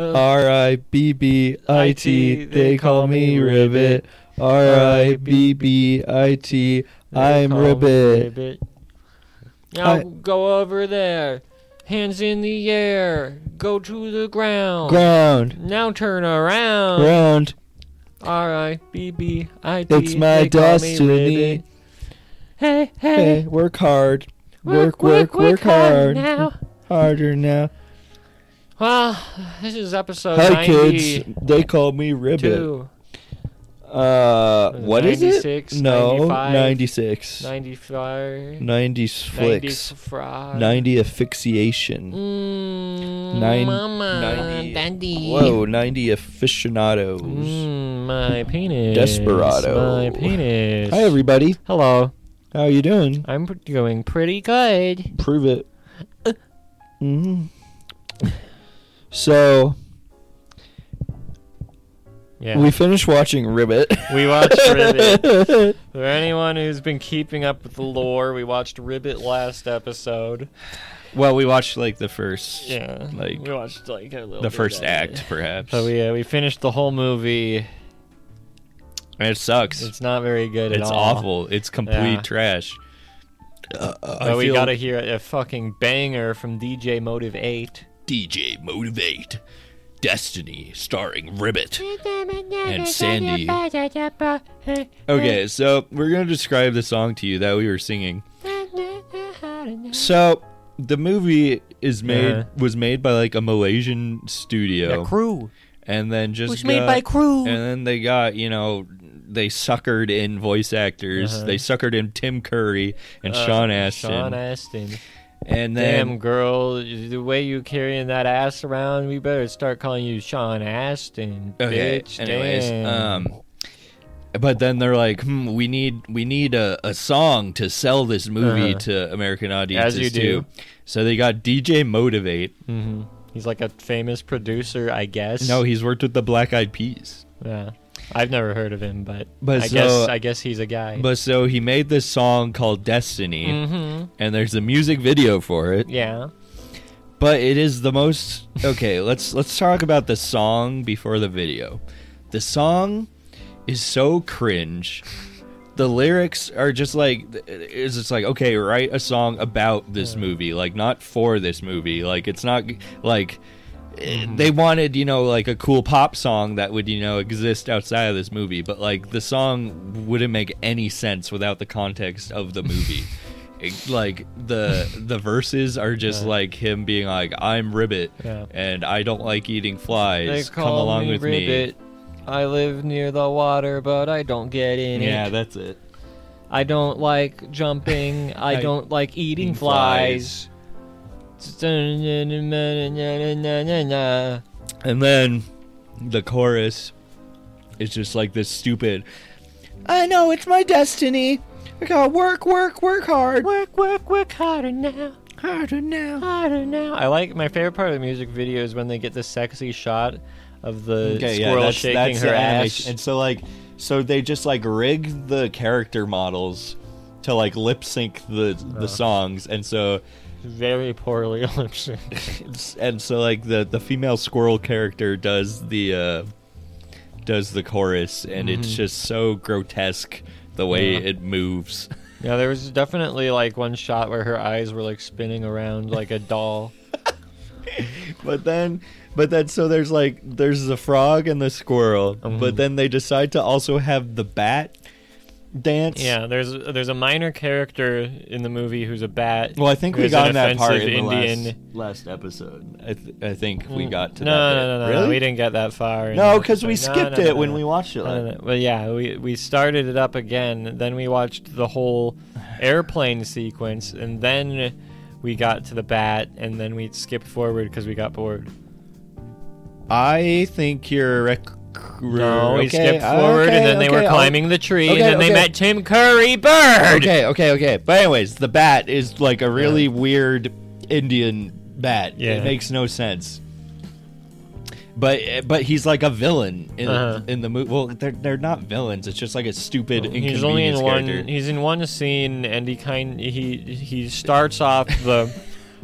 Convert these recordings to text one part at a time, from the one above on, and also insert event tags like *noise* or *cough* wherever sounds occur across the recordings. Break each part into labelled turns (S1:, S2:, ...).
S1: R I B B I T. They call me Ribbit. R I B B I T. I'm Ribbit.
S2: Now
S1: I-
S2: go over there. Hands in the air. Go to the ground.
S1: Ground.
S2: now turn around.
S1: Ground.
S2: R I B B I T.
S1: It's my
S2: They call me
S1: destiny.
S2: Ribbit. Hey, hey.
S1: Hey, work hard. Work, work, work hard.
S2: now.
S1: Harder now.
S2: Well, this is episode
S1: Hi,
S2: 92.
S1: kids. They call me Ribbit. Uh, what is it?
S2: 96,
S1: No,
S2: 95,
S1: 96.
S2: 95.
S1: 90s flicks.
S2: 90.
S1: 90 asphyxiation.
S2: Mm,
S1: Nine-
S2: mama,
S1: 90.
S2: daddy.
S1: Whoa, 90 aficionados.
S2: Mm, my penis.
S1: Desperado.
S2: My penis.
S1: Hi, everybody.
S2: Hello.
S1: How you doing?
S2: I'm pr- doing pretty good.
S1: Prove it. hmm So,
S2: Yeah.
S1: we finished watching Ribbit.
S2: we watched Ribbit.
S1: *laughs*
S2: For anyone who's been keeping up with the lore, we watched Ribbit last episode.
S3: Well, we watched like the first,
S2: Yeah.
S3: like
S2: we watched like a little
S3: the
S2: bit
S3: first
S2: of it.
S3: act, perhaps.
S2: So we uh, we finished the whole movie.
S3: And it sucks. It's,
S2: It's not very good at all.
S3: awful. It's complete
S2: Yeah.
S3: trash.
S2: But we gotta hear a fucking banger from DJ Motive Eight.
S3: DJ motivate Destiny, starring Ribbit
S2: *laughs*
S3: and Sandy. Okay, so we're gonna describe the song to you that we were singing. So the movie is made
S2: Yeah.
S3: was made by like a Malaysian studio,
S2: crew
S3: and then just
S2: was made
S3: got-
S2: by crew.
S3: And then they got, you know, they suckered in voice actors.
S2: Uh-huh.
S3: They suckered in Tim Curry and
S2: Uh,
S3: Sean Astin.
S2: Sean Astin.
S3: and then
S2: Damn girl, the way you carrying that ass around, we better start calling you Sean Astin,
S3: okay,
S2: bitch.
S3: Oh, anyways,
S2: damn.
S3: um but then they're like, hmm, we need we need a, a song to sell this movie
S2: Uh-huh.
S3: to American audiences
S2: you do.
S3: too. So they got DJ Motivate.
S2: Mhm. he's like a famous producer, I guess.
S3: No, he's worked with the Black Eyed Peas.
S2: yeah, I've never heard of him, but,
S3: But
S2: I
S3: so-
S2: guess I guess he's a guy.
S3: But so he made this song called Destiny,
S2: hmm
S3: and there's a music video for it.
S2: yeah,
S3: but it is the most okay let's let's talk about the song before the video the song is so cringe the lyrics are just like it's just like okay write a song about this movie like not for this movie like it's not like eh, they wanted you know like a cool pop song that would you know exist outside of this movie but like the song wouldn't make any sense without the context of the movie It- like the the verses are just
S2: Yeah.
S3: like him being like i'm ribbit
S2: Yeah.
S3: and i don't like eating
S2: they
S3: flies
S2: call
S3: come along
S2: me
S3: with me
S2: Ribbit. I live near the water, but I don't get in
S3: yeah
S2: it.
S3: that's it
S2: I don't like
S3: *laughs*
S2: jumping. I,
S3: I-
S2: don't like eating
S3: eating
S2: flies.
S3: flies. And then the chorus is just like this stupid. I know it's my destiny. I gotta work, work, work hard.
S2: *laughs* Work, work, work harder now,
S3: Harder now.
S2: harder now. I like my favorite part of the music video is when they get the sexy shot of the squirrel shaking her ass.
S3: And so like, so they just like rig the character models to like lip sync the
S2: Uh.
S3: the songs, and so
S2: very
S3: *laughs*
S2: poorly lip synced.
S3: and so like the the female squirrel character does the uh does the chorus, and it's just so grotesque the way
S2: Mm-hmm. Yeah.
S3: it moves.
S2: Yeah, there was definitely like one shot where her eyes were like spinning around like a doll.
S3: *laughs* But then, but then, so there's like there's the frog and the squirrel,
S2: Mm-hmm.
S3: but then they decide to also have the bat dance.
S2: Yeah, there's there's a minor character in the movie who's a bat.
S3: Well, I think we
S2: who's
S3: got
S2: an
S3: in that part in
S2: offensive
S3: the
S2: Indian. Mm.
S3: last, last episode. I, th- I think we got to
S2: no,
S3: that.
S2: no, no, no, no,
S3: Really?
S2: We didn't get that far. in
S3: No,
S2: the
S3: because we
S2: episode.
S3: skipped
S2: No, no,
S3: it
S2: no,
S3: when
S2: no.
S3: we watched it.
S2: No, no,
S3: Like,
S2: no. Well, yeah, we we started it up again. Then we watched the whole airplane sequence, and then we got to the bat, and then we skipped forward because we got bored.
S3: I think you're. Rec-
S2: No, we
S3: okay,
S2: skipped
S3: uh,
S2: forward,
S3: okay,
S2: and then they
S3: okay,
S2: were
S3: I'll-
S2: climbing the tree,
S3: okay,
S2: and then they
S3: okay.
S2: met Tim Curry Bird.
S3: Okay, okay, okay. But anyways, the bat is like a really weird Indian bat.
S2: Yeah.
S3: It makes no sense. But but he's like a villain in
S2: Uh-huh.
S3: in the movie. Well, they're they're not villains. It's just like a stupid inconvenience
S2: He's only in one.
S3: character.
S2: He's in one scene, and he kind he he starts off the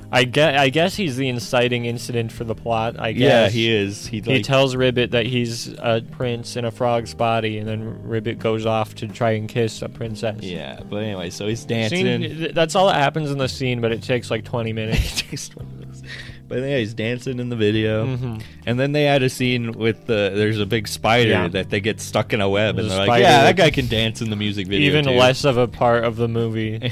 S2: I guess, I guess he's the inciting incident for the plot. I guess.
S3: Yeah, he is. He,
S2: He
S3: like,
S2: tells Ribbit that he's a prince in a frog's body, and then Ribbit goes off to try and kiss a princess.
S3: yeah. But anyway, so he's
S2: Scene-
S3: dancing.
S2: th- that's all that happens in the scene, but it takes like 20
S3: *laughs*
S2: minutes.
S3: Just one of those. But yeah, he's dancing in the video,
S2: Mhm.
S3: and then they had a scene with the there's a big spider
S2: Yeah.
S3: that they get stuck in a web,
S2: There's
S3: and
S2: a
S3: they're like,
S2: spider
S3: "Yeah,
S2: that-
S3: that guy can dance in the music video."
S2: Even
S3: too."
S2: less of a part of the
S3: *laughs*
S2: movie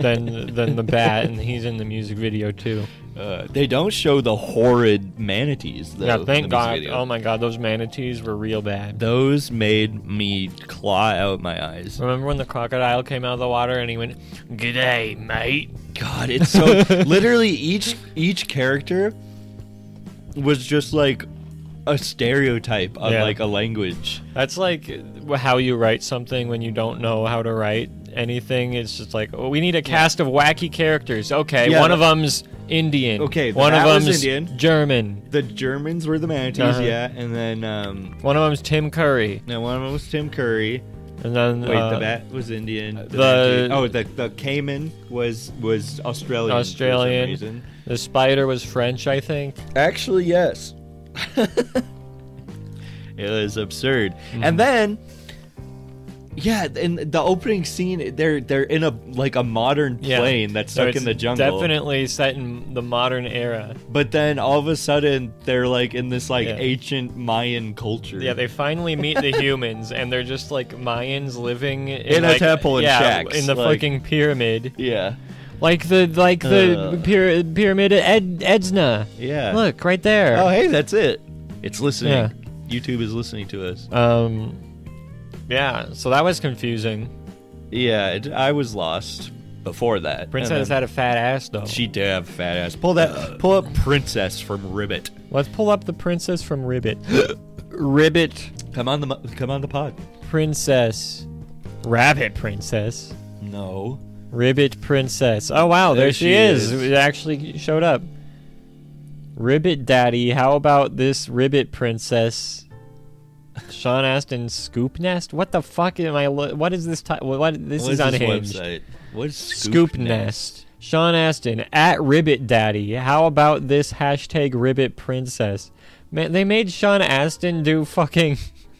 S2: than than the bat, and he's in the music video too.
S3: Uh, they don't show the horrid manatees. Though,
S2: yeah,
S3: in *laughs* the
S2: thank
S3: music
S2: God.
S3: video.
S2: Oh my God, those manatees were real bad.
S3: Those made me claw out my eyes.
S2: Remember when the crocodile came out of the water and he went, "G'day, mate."
S3: God, it's
S2: *laughs*
S3: so literally each each character was just like a stereotype of
S2: Yeah.
S3: like a language.
S2: That's like wh- how you write something when you don't know how to write anything. It's just like, oh, we need a cast of wacky characters. Okay,
S3: Yeah,
S2: one
S3: the-
S2: of them's Indian.
S3: Okay, the
S2: one of
S3: hat was
S2: them's
S3: Indian.
S2: German.
S3: The Germans were the manatees,
S2: Uh-huh.
S3: yeah, and then um,
S2: One of them's Tim Curry,
S3: now one of them was Tim Curry.
S2: and then
S3: Wait,
S2: uh,
S3: the bat was Indian. The,
S2: the-
S3: manatee- oh, the the Cayman was was Australian. for some
S2: Australian.
S3: reason.
S2: the spider was French, I think.
S3: Actually, *laughs* yes. it was absurd. And then yeah, in the opening scene they're they're in a like a modern
S2: Yeah.
S3: plane that's
S2: So
S3: stuck
S2: it's
S3: in the jungle.
S2: Definitely set in the modern era.
S3: But then all of a sudden they're like in this like
S2: Yeah.
S3: ancient Mayan culture.
S2: Yeah, they finally meet
S3: *laughs*
S2: the humans, and they're just like Mayans living in,
S3: In a
S2: like-
S3: temple in
S2: yeah,
S3: shacks,
S2: in the
S3: like-
S2: fucking pyramid,
S3: Yeah.
S2: like the like the
S3: Uh.
S2: pyra- pyramid at Ed- Edna.
S3: Yeah.
S2: Look right there.
S3: Oh hey, that's it. It's listening.
S2: Yeah.
S3: YouTube is listening to us.
S2: Um, yeah. So that was confusing.
S3: Yeah, it, I was lost before that.
S2: Princess
S3: And
S2: had a fat ass though.
S3: then she did have a fat ass. Pull that pull up princess from Ribbit.
S2: Let's pull up the princess from
S3: *gasps*
S2: Ribbit. Ribbit
S3: Come on the mo- come on the pod.
S2: princess, rabbit princess,
S3: No.
S2: Ribbit princess. Oh wow, there,
S3: There
S2: she,
S3: she
S2: is.
S3: is.
S2: It actually showed up. Ribbit daddy, how about this Ribbit princess? Sean Astin Scoop Nest. What the fuck am I? lo- What is this? Ti- what this
S3: What
S2: is unhinged.
S3: website? What is Scoop,
S2: Scoop Nest. Sean Astin at Ribbit Daddy. How about this hashtag Ribbit Princess? Man, they made Sean Astin do fucking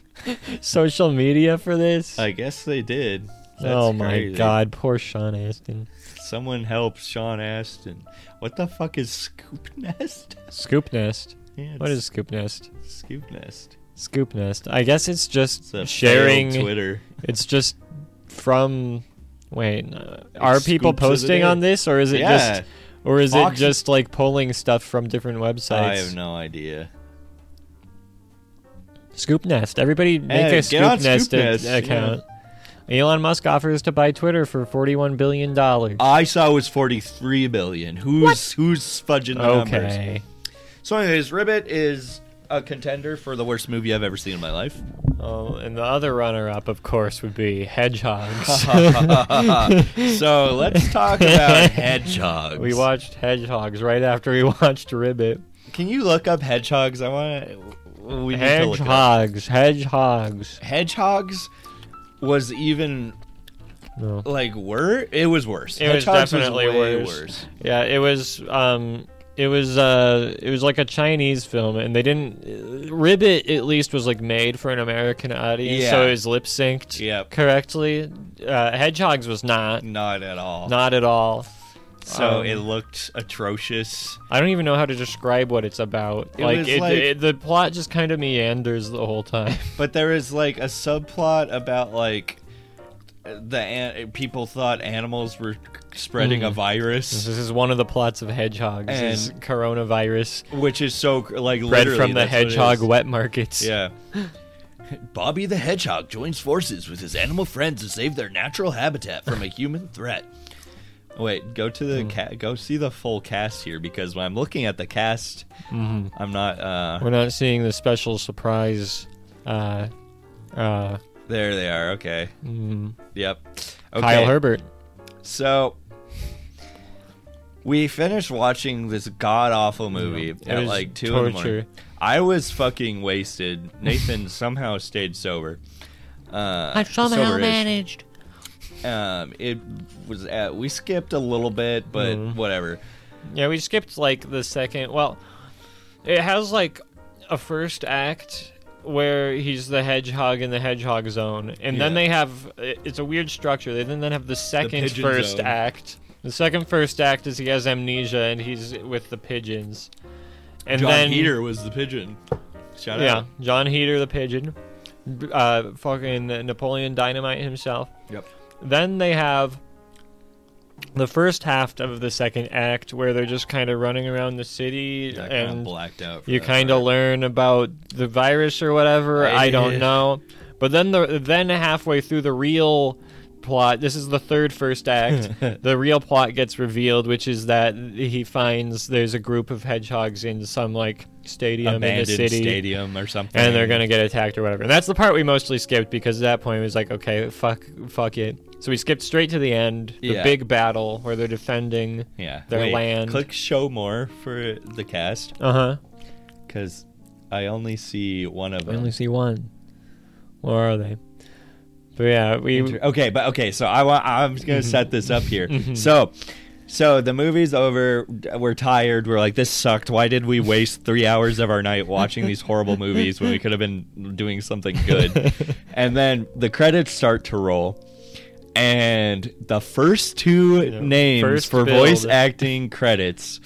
S2: *laughs* social media for this.
S3: I guess they did. That's
S2: oh my
S3: crazy.
S2: god, poor Sean Astin.
S3: Someone help Sean Aston. What the fuck is Scoop Nest?
S2: Scoop Nest.
S3: *laughs* Yeah,
S2: What
S3: it's
S2: is Scoop Nest?
S3: Scoop Nest?
S2: Scoop Nest. I guess it's just
S3: It's a
S2: sharing.
S3: failed Twitter.
S2: It's just from. Wait, uh, are people
S3: scoops of the day.
S2: posting on this, or is it
S3: yeah,
S2: just, or is
S3: Fox-
S2: it just like pulling stuff from different websites?
S3: I have no idea.
S2: Scoop Nest. Everybody make
S3: Hey,
S2: a
S3: get
S2: Scoop
S3: on
S2: Nest,
S3: Scoop
S2: a-
S3: Nest,
S2: account. Elon Musk offers to buy Twitter for forty-one billion dollars.
S3: I saw it was forty-three billion. Who's who's fudging the numbers?
S2: Okay.
S3: So, anyways, Ribbit is a contender for the worst movie I've ever seen in my life.
S2: Oh, and the other runner-up, of course, would be hedgehogs.
S3: *laughs* so let's
S2: *laughs*
S3: talk about hedgehogs.
S2: we watched hedgehogs right after we *laughs* watched Ribbit.
S3: Can you look up hedgehogs? I want to. We need to look it up.
S2: Hedgehogs. Hedgehogs.
S3: Hedgehogs was even
S2: No.
S3: like wor. It was worse.
S2: It was
S3: Hedgehogs
S2: definitely
S3: way
S2: worse. Yeah, it was. Um, it was. Uh, it was like a Chinese film, and they didn't. Ribbit at least was like made for an American audience, so
S3: Yeah.
S2: it was lip synced
S3: Yep.
S2: correctly. Uh, Hedgehogs was not.
S3: Not at all.
S2: Not at all.
S3: so
S2: um,
S3: it looked atrocious.
S2: I don't even know how to describe what it's about.
S3: It
S2: like,
S3: was
S2: it,
S3: like-
S2: it- the plot just kind of meanders the whole
S3: *laughs*
S2: time.
S3: But there was like a subplot about like the an- people thought animals were spreading a
S2: this
S3: virus,
S2: is one of the plots of Hedgehogs. is
S3: And-
S2: coronavirus
S3: which is so cr- like
S2: Mm-hmm. bred
S3: literally,
S2: from the
S3: that's what it
S2: hedgehog
S3: is.
S2: wet markets.
S3: Yeah. *laughs* Bobby the Hedgehog joins forces with his animal friends to save their natural habitat *laughs* from a human threat. Hmm. Wait, go to the ca- go see the full cast here because when I'm looking at the cast, I'm not. uh
S2: We're not seeing the special surprise. Uh, uh,
S3: There they are. Okay.
S2: mm,
S3: Yep. Okay.
S2: Kyle Herbert.
S3: So we finished watching this god awful movie
S2: It
S3: at
S2: was
S3: like two in the
S2: torture.
S3: morning. I was fucking wasted. *laughs* Nathan somehow stayed sober. Uh,
S4: I've somehow
S3: sober-ish.
S4: managed.
S3: Um, it was at, we uh, skipped a little bit, but
S2: Mhm.
S3: whatever.
S2: Yeah, we skipped like the second. Well, it has like a first act where he's the hedgehog in the hedgehog zone, and then
S3: Yeah.
S2: they have it- it's a weird structure. They then then have the second
S3: pigeon
S2: first
S3: zone.
S2: act. The second first act is he has amnesia and he's with the pigeons, and
S3: John
S2: then
S3: Heater was the pigeon. Shout
S2: yeah,
S3: out.
S2: John Heater the pigeon, b- uh, fucking Napoleon Dynamite himself.
S3: Yep.
S2: Then they have the first half of the second act where they're just kind of running around the city
S3: Yeah, I kinda
S2: and
S3: blacked out. for
S2: you
S3: that
S2: kind of
S3: part.
S2: learn about the virus or whatever. I,
S3: Eh. *laughs*
S2: don't know. But then the then halfway through the real plot, this is the third first
S3: *laughs*
S2: act. the real plot gets revealed, which is that he finds there's a group of hedgehogs in some like stadium
S3: abandoned
S2: in the city.
S3: stadium or something.
S2: And they're gonna get attacked or whatever. And that's the part we mostly skipped because at that point it was like, okay, fuck, fuck it. So we skipped straight to the end, the
S3: Yeah.
S2: big battle where they're defending.
S3: yeah
S2: their
S3: Wait,
S2: land.
S3: Click show more for the cast
S2: Uh huh.
S3: because I only see one of
S2: We
S3: them.
S2: only see one. Where are they? But yeah, we Mm-hmm.
S3: Inter- okay, but okay, so I want I'm just gonna set this up here. so so the movie's over. We're tired. We're like, this sucked. Why did we waste three hours of our night watching these horrible movies when we could have been doing something
S2: *laughs*
S3: good? and then the credits start to roll, and the first two
S2: Yeah.
S3: names
S2: First
S3: for
S2: build.
S3: voice acting credits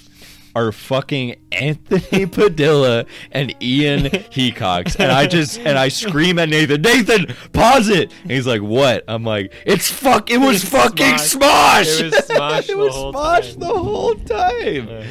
S3: are fucking Anthony *laughs* Padilla and
S2: *laughs*
S3: Ian Hecox. And I just and I scream at Nathan, Nathan, pause it. And he's like, What? I'm like, It's fuck it was
S2: It's
S3: fucking
S2: Smosh.
S3: Smosh.
S2: It was Smosh
S3: It *laughs*
S2: the
S3: was
S2: whole
S3: Smosh
S2: time.
S3: the whole time.
S2: uh,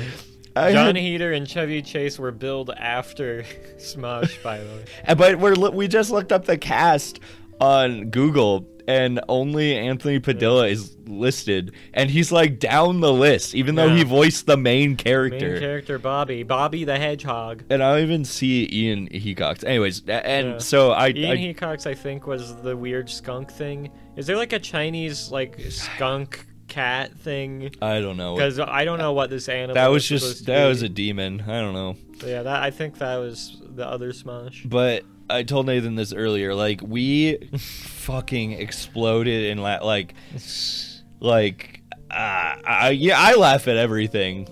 S3: I
S2: John
S3: had-
S2: Heater and Chevy Chase were billed after *laughs* Smosh, by the way.
S3: but we're lo- we just looked up the cast on Google and only Anthony Padilla is listed and he's like down the list even though
S2: Yeah.
S3: he voiced the main
S2: Main
S3: character.
S2: character Bobby, Bobby the Hedgehog.
S3: and I don't even see Ian Hecox. Anyways, a- and
S2: Yeah.
S3: so I,
S2: Ian
S3: I
S2: Hecox, I think, was the weird skunk thing. Is there like a Chinese like skunk cat thing?
S3: I don't know. what-
S2: Because I don't know what this animal.
S3: Oh, That was
S2: is
S3: just
S2: supposed to
S3: that
S2: be.
S3: was a demon. I don't know.
S2: But yeah, that I think that was the other Smosh.
S3: But I told Nathan this earlier. Like
S2: *laughs*
S3: we fucking exploded in la- like like uh, I, yeah, I laugh at
S2: *laughs*
S3: everything.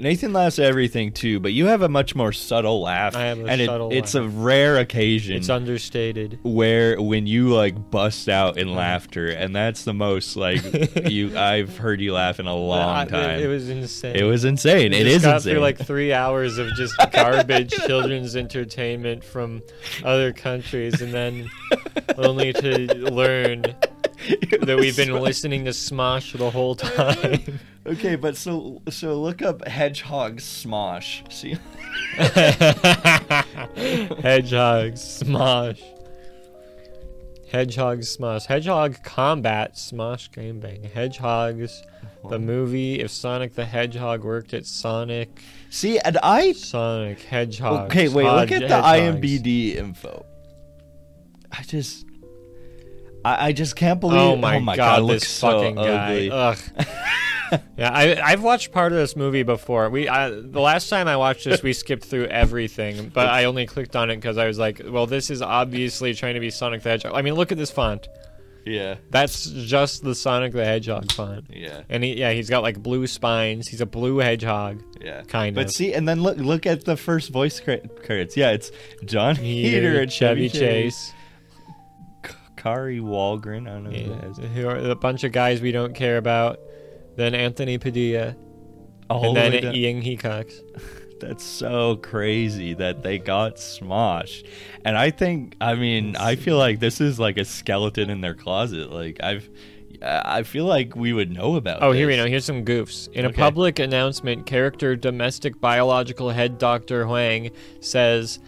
S3: Nathan laughs at everything too, but you have a much more subtle laugh,
S2: I have a
S3: and it-
S2: subtle
S3: it's
S2: laugh.
S3: a rare occasion.
S2: It's understated.
S3: where when you like bust out
S2: Uh-huh.
S3: in laughter and that's the
S2: *laughs*
S3: most like you I've heard you laugh in a
S2: I-
S3: long
S2: it-
S3: time.
S2: It, was insane.
S3: It was insane.
S2: We
S3: It
S2: just
S3: is
S2: got
S3: insane.
S2: through
S3: *laughs*
S2: like three hours of just garbage children's entertainment from other countries, and then only to learn that we've been
S3: *laughs*
S2: listening to Smosh the whole time.
S3: Okay, but so so look up hedgehog smosh. See,
S2: *laughs* Hedgehog Smosh. Hedgehog Smosh. Hedgehog Combat Smosh Game Bang. Hedgehogs. The movie. If Sonic the Hedgehog worked at Sonic.
S3: see, and I
S2: Sonic Hedgehog.
S3: okay. Wait, look at the IMBD info. I just, I, I just can't believe.
S2: Oh my, god,
S3: it looks
S2: this
S3: so
S2: fucking guy. Uh,
S3: ugly.
S2: Ugh. *laughs* yeah, I I've watched part of this movie before. We I, the last time I watched this, we skipped through everything, but I only clicked on it because I was like, well, this is obviously trying to be Sonic the Hedgehog. I mean, look at this font.
S3: Yeah,
S2: That's just the Sonic the Hedgehog font.
S3: yeah,
S2: And he, yeah, he's got like blue spines. He's a blue hedgehog.
S3: yeah.
S2: Kind
S3: But
S2: of.
S3: see, and then look look at the first voice cre- credits. Yeah, it's John Heater and Chevy Chase, K- Kari Walgren. I don't know who
S2: Yeah,
S3: that is.
S2: who are a bunch of guys we don't care about. Then Anthony Padilla,
S3: All
S2: and
S3: the
S2: then
S3: way down-
S2: Ian Hecox.
S3: That's so crazy that they got Smosh. And I think, I mean, I feel like this is like a skeleton in their closet. Like, I've, I feel like we would know about
S2: Oh, here we
S3: this.
S2: know. Here's some goofs. In a
S3: Okay.
S2: public announcement, character domestic biological head Dr. Huang says,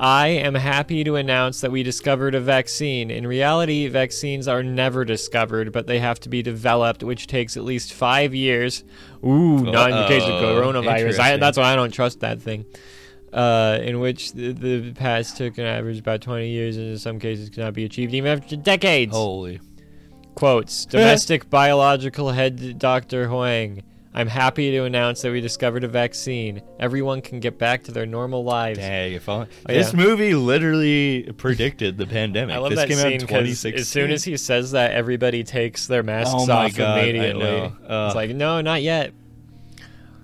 S2: I am happy to announce that we discovered a vaccine. In reality, vaccines are never discovered, but they have to be developed, which takes at least five years. Ooh, not in the case of
S3: Uh-oh.
S2: coronavirus. I,
S3: Interesting.
S2: that's why I don't trust that thing. Uh, in which the, the past took an average about 20 years and in some cases cannot be achieved even after decades.
S3: Holy.
S2: Quotes
S3: Eh.
S2: Domestic biological head Dr. Huang. I'm happy to announce that we discovered a vaccine. Everyone can get back to their normal lives.
S3: Dang, if I,
S2: Oh,
S3: this
S2: yeah.
S3: movie literally predicted the pandemic.
S2: I love
S3: this
S2: that
S3: came out in
S2: scene 'cause
S3: 2016.
S2: as soon as he says that, everybody takes their masks
S3: Oh my
S2: off
S3: God, I
S2: immediately.
S3: know. Uh.
S2: it's like, no, not yet.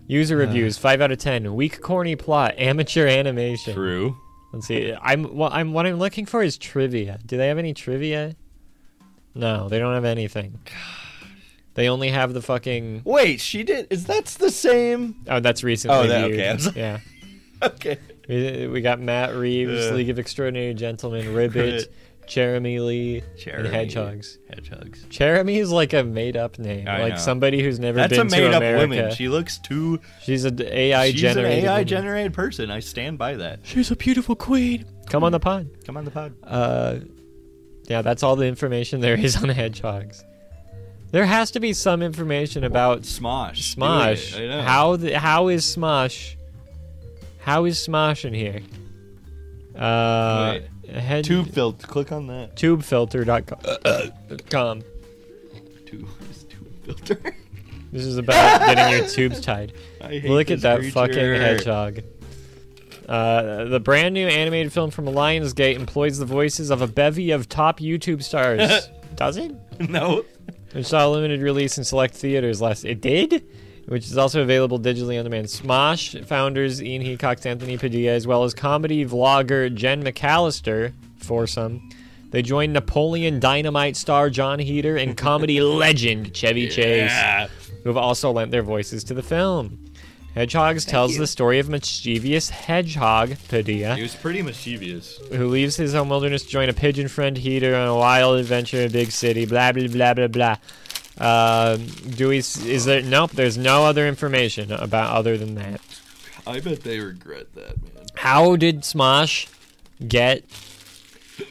S2: User reviews five out of ten. Weak corny plot. Amateur animation.
S3: True.
S2: Let's see. I'm what I'm what I'm looking for is trivia. Do they have any trivia? No, they don't have anything. They only have the fucking.
S3: Wait, she did. Is that's the same?
S2: Oh, that's recently.
S3: Oh, that-
S2: viewed.
S3: okay, I was-
S2: Yeah.
S3: Okay.
S2: We, we got Matt Reeves,
S3: Uh,
S2: League of Extraordinary Gentlemen, Ribbit, Jeremy Lee,
S3: Jeremy.
S2: and Hedgehogs.
S3: Hedgehogs.
S2: Jeremy is like a made-up name,
S3: I
S2: like
S3: know.
S2: somebody who's never
S3: That's a
S2: been
S3: made
S2: to
S3: up
S2: America.
S3: woman. She looks too.
S2: She's an AI
S3: she's
S2: generated.
S3: an AI
S2: woman.
S3: generated person. I stand by that.
S2: She's a beautiful queen. Come on the pod.
S3: Come on the pod.
S2: Uh, yeah, that's all the information there is on hedgehogs. There has to be some information about
S3: Smosh.
S2: Smosh.
S3: Do it. I know.
S2: How the, how is Smosh? How is Smosh in here? Uh, head,
S3: Tube filter. Click on that.
S2: tubefilter.com. com.
S3: Tube. *laughs* it's Tube filter. *laughs*
S2: This is about getting your tubes tied.
S3: I hate
S2: Look at
S3: this
S2: that
S3: creature.
S2: fucking hedgehog. Uh, the brand new animated film from Lionsgate employs the voices of a bevy of top YouTube
S3: *laughs*
S2: stars. Does it?
S3: *laughs* No.
S2: It saw a limited release in select theaters last. It did, which is also available digitally on demand. Smosh founders Ian Hecox, Anthony Padilla, as well as comedy vlogger Jen McAllister for some. They joined Napoleon Dynamite star John Heater and comedy legend Chevy Chase,
S3: Yeah.
S2: who have also lent their voices to the film. Hedgehogs tells the story of mischievous hedgehog Padilla
S3: He was pretty mischievous.
S2: who leaves his home wilderness to join a pigeon friend heater on a wild adventure in a big city. Blah blah blah blah blah. Uh, do we? s- Is there? Nope. There's no other information about other than that.
S3: I bet they regret that, man.
S2: How did Smosh get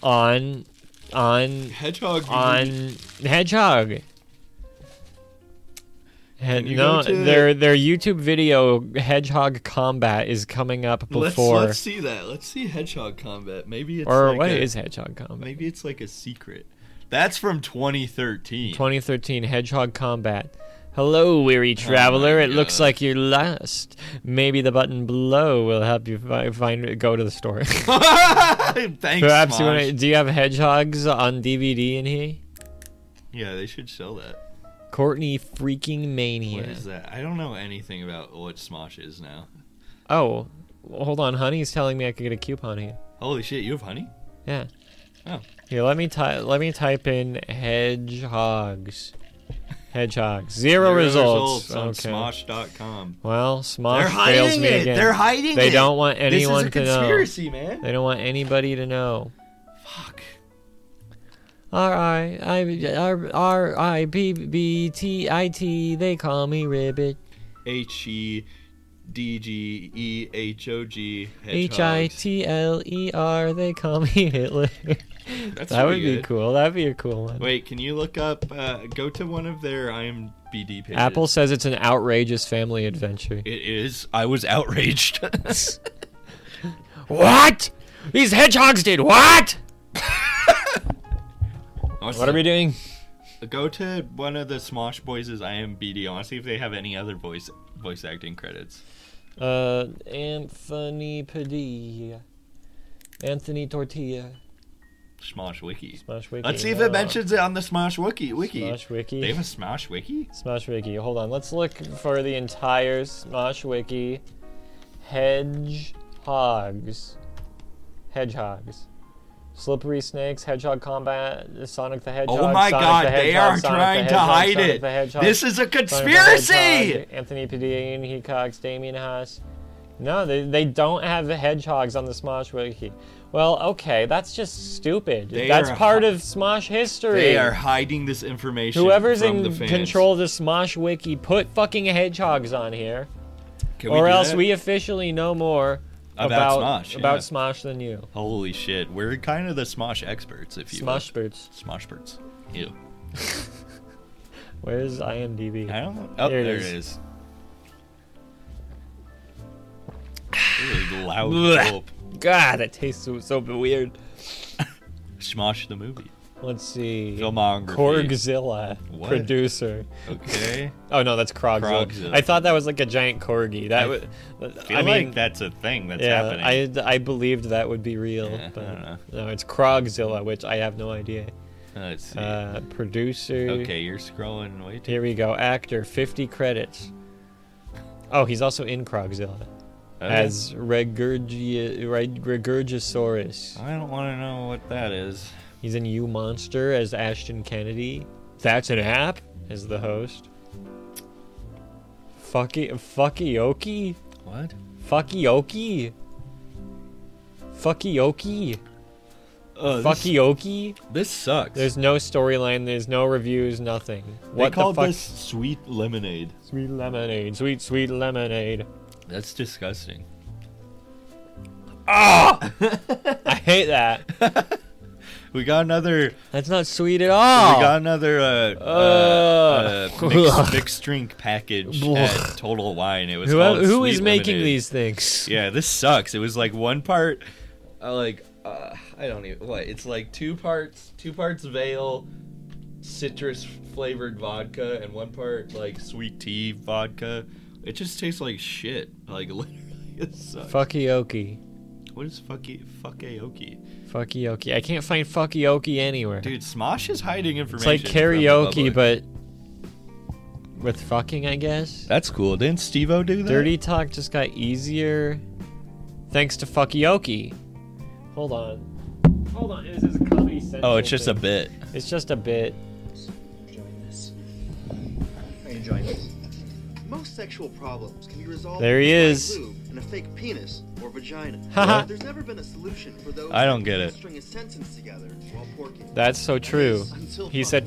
S2: on on
S3: Hedgehog.
S2: on Hedgehog? He-
S3: you
S2: no,
S3: go to-
S2: their their YouTube video Hedgehog Combat is coming up before,
S3: Let's, let's see that. Let's see hedgehog combat. Maybe it's
S2: or
S3: like
S2: what is
S3: a,
S2: Hedgehog Combat?
S3: Maybe it's like a secret. That's from 2013.
S2: 2013 Hedgehog Combat. Hello, weary traveler. it looks
S3: Oh God.
S2: like you're lost. Maybe the button below will help you fi- find. Go to the store.
S3: *laughs* *laughs* Thanks,
S2: Perhaps you
S3: Mosh.
S2: want to. Do you have hedgehogs on DVD in here?
S3: Yeah, they should sell that.
S2: Courtney freaking
S3: What
S2: mania.
S3: is that? I don't know anything about what Smosh is now.
S2: Oh, hold on. Honey's telling me I could get a coupon here.
S3: Holy shit, you have honey?
S2: Yeah.
S3: Oh.
S2: Here, let me ty- let me type in hedgehogs. Hedgehogs. Zero,
S3: Zero
S2: results.
S3: on
S2: okay.
S3: Smosh.com.
S2: Well, Smosh
S3: They're
S2: fails
S3: hiding
S2: me
S3: it.
S2: again.
S3: They're hiding
S2: They
S3: it.
S2: don't want anyone
S3: this is a
S2: to know.
S3: conspiracy, man.
S2: They don't want anybody to know.
S3: Fuck.
S2: R I I R R I B B T I T. They call me Ribbit.
S3: H E D G E H O G.
S2: H I
S3: hedgehogs.
S2: T L E R. They call me *laughs* Hitler.
S3: That's
S2: that would
S3: pretty
S2: be
S3: good.
S2: cool. That'd be a cool one.
S3: Wait, can you look up? Uh, go to one of their IMBD pages.
S2: Apple says it's an outrageous family adventure.
S3: It is. I was outraged. *laughs*
S2: What? These hedgehogs did what? What
S3: Honestly,
S2: are we doing?
S3: Go to one of the Smosh Boys' IMBD. I want to see if they have any other voice voice acting credits.
S2: Uh, Anthony Padilla. Anthony Tortilla.
S3: Smosh Wiki.
S2: Smash Wiki.
S3: Let's see if
S2: no.
S3: it mentions it on the Smosh Wiki. Wiki.
S2: Smosh Wiki.
S3: They have a Smosh Wiki.
S2: Smosh Wiki. Hold on. Let's look for the entire Smosh Wiki. Hedgehogs. Hedgehogs. Slippery snakes, hedgehog combat, Sonic the Hedgehog.
S3: oh my
S2: Sonic
S3: God!
S2: the
S3: they
S2: Hedgehog,
S3: are
S2: Sonic the
S3: trying to
S2: Hedgehog,
S3: hide
S2: Sonic
S3: it.
S2: the Hedgehog,
S3: This is a
S2: Sonic the
S3: conspiracy.
S2: Hedgehog, Anthony Padilla, Ian Hecox, Damien Haas. No, they, they don't have hedgehogs on the Smosh Wiki. Well, okay, that's just stupid.
S3: They
S2: that's
S3: are-
S2: part of Smosh history.
S3: They are hiding this information.
S2: Whoever's
S3: from
S2: in
S3: the fans.
S2: control of the Smosh Wiki, put fucking hedgehogs on here,
S3: Can we
S2: or
S3: do
S2: else
S3: that?
S2: we officially know more
S3: About
S2: about
S3: Smosh,
S2: about
S3: yeah.
S2: Smosh than you.
S3: Holy shit! We're kind of the Smosh experts, if you will.
S2: Smosh boots.
S3: Smoshperts. Ew.
S2: Where's IMDb?
S3: I don't know. Oh,
S2: There
S3: there,
S2: it
S3: it
S2: is.
S3: is. really loud gulp.
S2: God, that tastes so, so weird.
S3: Smosh the movie.
S2: Let's see.
S3: Filmography.
S2: Korgzilla,
S3: What?
S2: producer.
S3: Okay.
S2: Oh no, that's Krogzilla.
S3: Krogzilla.
S2: I thought that was like a giant corgi. That
S3: I
S2: would.
S3: I
S2: I
S3: feel
S2: mean,
S3: like that's a thing that's
S2: yeah,
S3: happening.
S2: I I believed that would be real,
S3: Yeah, I
S2: but
S3: don't know.
S2: no, it's Krogzilla, which I have no idea.
S3: Let's see.
S2: Uh, producer.
S3: okay, you're scrolling way too.
S2: Here we go. Actor, 50 credits. Oh, he's also in Krogzilla
S3: Oh,
S2: as Regurgi- Reg- Regurgisaurus.
S3: I don't want to know what that is.
S2: He's in You Monster as Ashton Kennedy. That's an app as the host. Fucky Fuckyoki?
S3: What?
S2: Fuckyoki? Fuckyoki?
S3: Oh, this,
S2: Fuckyoki?
S3: this sucks.
S2: There's no storyline, there's no reviews, nothing.
S3: they
S2: What
S3: called
S2: the fuck?
S3: this sweet lemonade.
S2: Sweet lemonade, sweet, sweet lemonade.
S3: That's disgusting.
S2: I hate that.
S3: We got another.
S2: That's not sweet at all.
S3: We got another uh, uh,
S2: Uh.
S3: uh, mixed, mixed
S2: *laughs*
S3: drink package
S2: Blah.
S3: at Total Wine. It was
S2: Who-
S3: called
S2: who is
S3: Sweet
S2: making
S3: Lemonade.
S2: these things?
S3: Yeah, this sucks. It was like one part, uh, like uh, I don't even what. It's like two parts, two parts of ale, citrus flavored vodka, and one part like sweet tea vodka. It just tastes like shit. Like *laughs* literally, it sucks.
S2: Fuckyoki.
S3: What is fucky fuckayoki?
S2: Fuckyoki. I can't find fuckyoki anywhere.
S3: Dude, Smosh is hiding
S2: it's
S3: information.
S2: like
S3: from the
S2: karaoke,
S3: public.
S2: but with fucking, I guess.
S3: that's cool. Didn't Stevo do that?
S2: Dirty talk just got easier thanks to fuckyoki. Hold on. Hold on. This is a comedy Central
S3: Oh, it's just a
S2: thing.
S3: bit.
S2: It's just a bit.
S4: enjoying this? Are you enjoying this? Most sexual problems can be resolved
S2: There he
S4: with a
S2: is.
S4: lube and a fake penis or vagina.
S2: *laughs* Haha.
S4: But There's never been a solution for those
S3: I don't
S4: who
S3: get
S4: can't
S3: it.
S4: String a sentence together while porking.
S2: That's so true.
S4: Until
S2: He said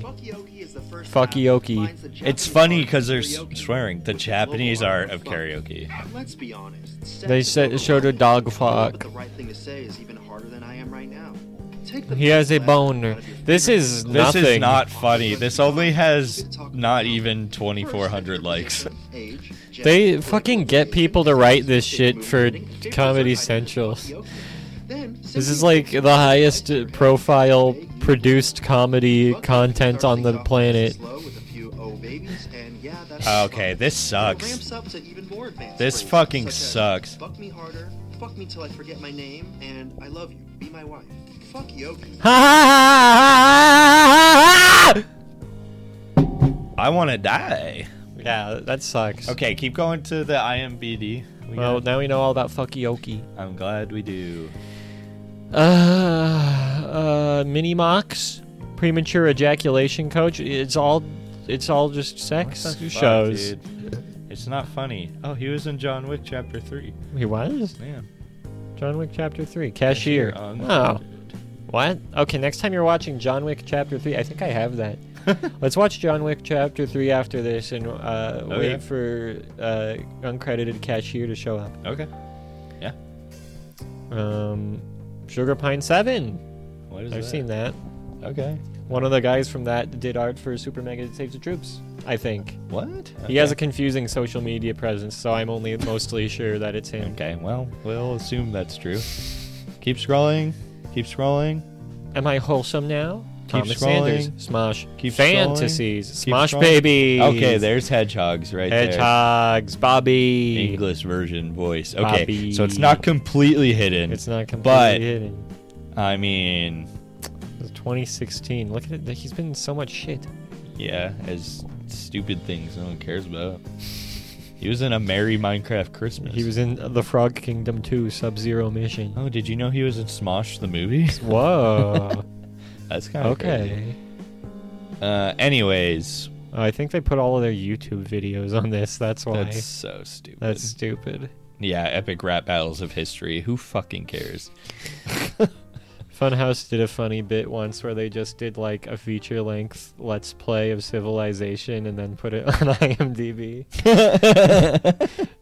S2: porking.
S4: Fuckyoki is the first
S2: Fuckyoki.
S4: app that finds the Japanese
S3: It's funny
S4: art of
S3: because they're s-
S4: karaoke,
S3: swearing. The
S4: which is
S3: Japanese
S4: global
S3: art
S4: art
S3: of karaoke.
S4: Let's be honest. sex
S2: They
S4: is
S2: said-
S4: overrated.
S2: showed a dog
S4: But
S2: fuck.
S4: The right thing to say is even harder than I am right now. Take the
S2: He has a
S4: best laugh
S2: boner.
S4: out of your
S2: This
S4: favorite
S2: is
S4: song.
S3: This is
S2: Nothing.
S3: not funny. This only has not even 2,400 likes.
S2: They fucking get people to write this shit for Comedy Central. This is like the highest profile produced comedy content on the planet.
S3: Okay, this sucks. This fucking sucks.
S4: Fuck me harder, fuck me till I forget my name, and I love you. Be my wife. Fuck Yogi.
S2: yeah,
S3: I want to die.
S2: that sucks.
S3: Okay, keep going to the IMBD. We
S2: Well,
S3: got-
S2: now we know all about Fuckyoki.
S3: I'm glad we do.
S2: Uh, uh, mini mox, premature ejaculation coach. It's all, it's all just sex
S3: What the fuck,
S2: shows.
S3: dude? It's not funny. Oh, he was in John Wick Chapter 3.
S2: He was
S3: Man.
S2: John Wick Chapter Three cashier.
S3: uh, *laughs*
S2: Oh, what? Okay, next time you're watching John Wick Chapter Three, I think I have that. Let's watch John Wick Chapter Three after this and uh,
S3: Okay.
S2: wait for uh, uncredited cashier to show up.
S3: Okay.
S2: Um, Sugar Pine Seven.
S3: What is
S2: I've seen that.
S3: that. Okay.
S2: One of the guys from that did art for Super Mega Saves the Troops, I think.
S3: What?
S2: He has a confusing social media presence, so I'm only mostly sure that it's him.
S3: Okay, well, we'll assume that's true. Keep scrolling. Keep scrolling.
S2: Am I wholesome now?
S3: Keep
S2: Thomas
S3: scrolling.
S2: Sanders, Smosh,
S3: Keep
S2: Fantasies,
S3: scrolling. Keep
S2: Smosh
S3: scrolling.
S2: Baby.
S3: Okay, there's hedgehogs right there.
S2: Hedgehogs, Bobby.
S3: English version voice. Okay,
S2: Bobby.
S3: so it's not completely hidden.
S2: It's not completely
S3: But-
S2: hidden.
S3: I mean,
S2: It's 2016. Look at it. He's been in so much shit.
S3: yeah, as stupid things no one cares about. He was in a Merry Minecraft Christmas.
S2: He was in The Frog Kingdom 2 Sub Zero Mission.
S3: Oh, did you know he was in Smosh the movie?
S2: *laughs*
S3: *laughs*
S2: Whoa.
S3: That's kind of
S2: okay.
S3: Uh, anyways,
S2: Oh, I think they put all of their YouTube videos on this. That's why.
S3: that's so stupid.
S2: That's stupid.
S3: yeah, epic rap battles of history. Who fucking *laughs* cares?
S2: Funhouse did a funny bit once where they just did like a feature length let's play of Civilization and then put it *laughs* on
S3: *laughs*
S2: IMDb.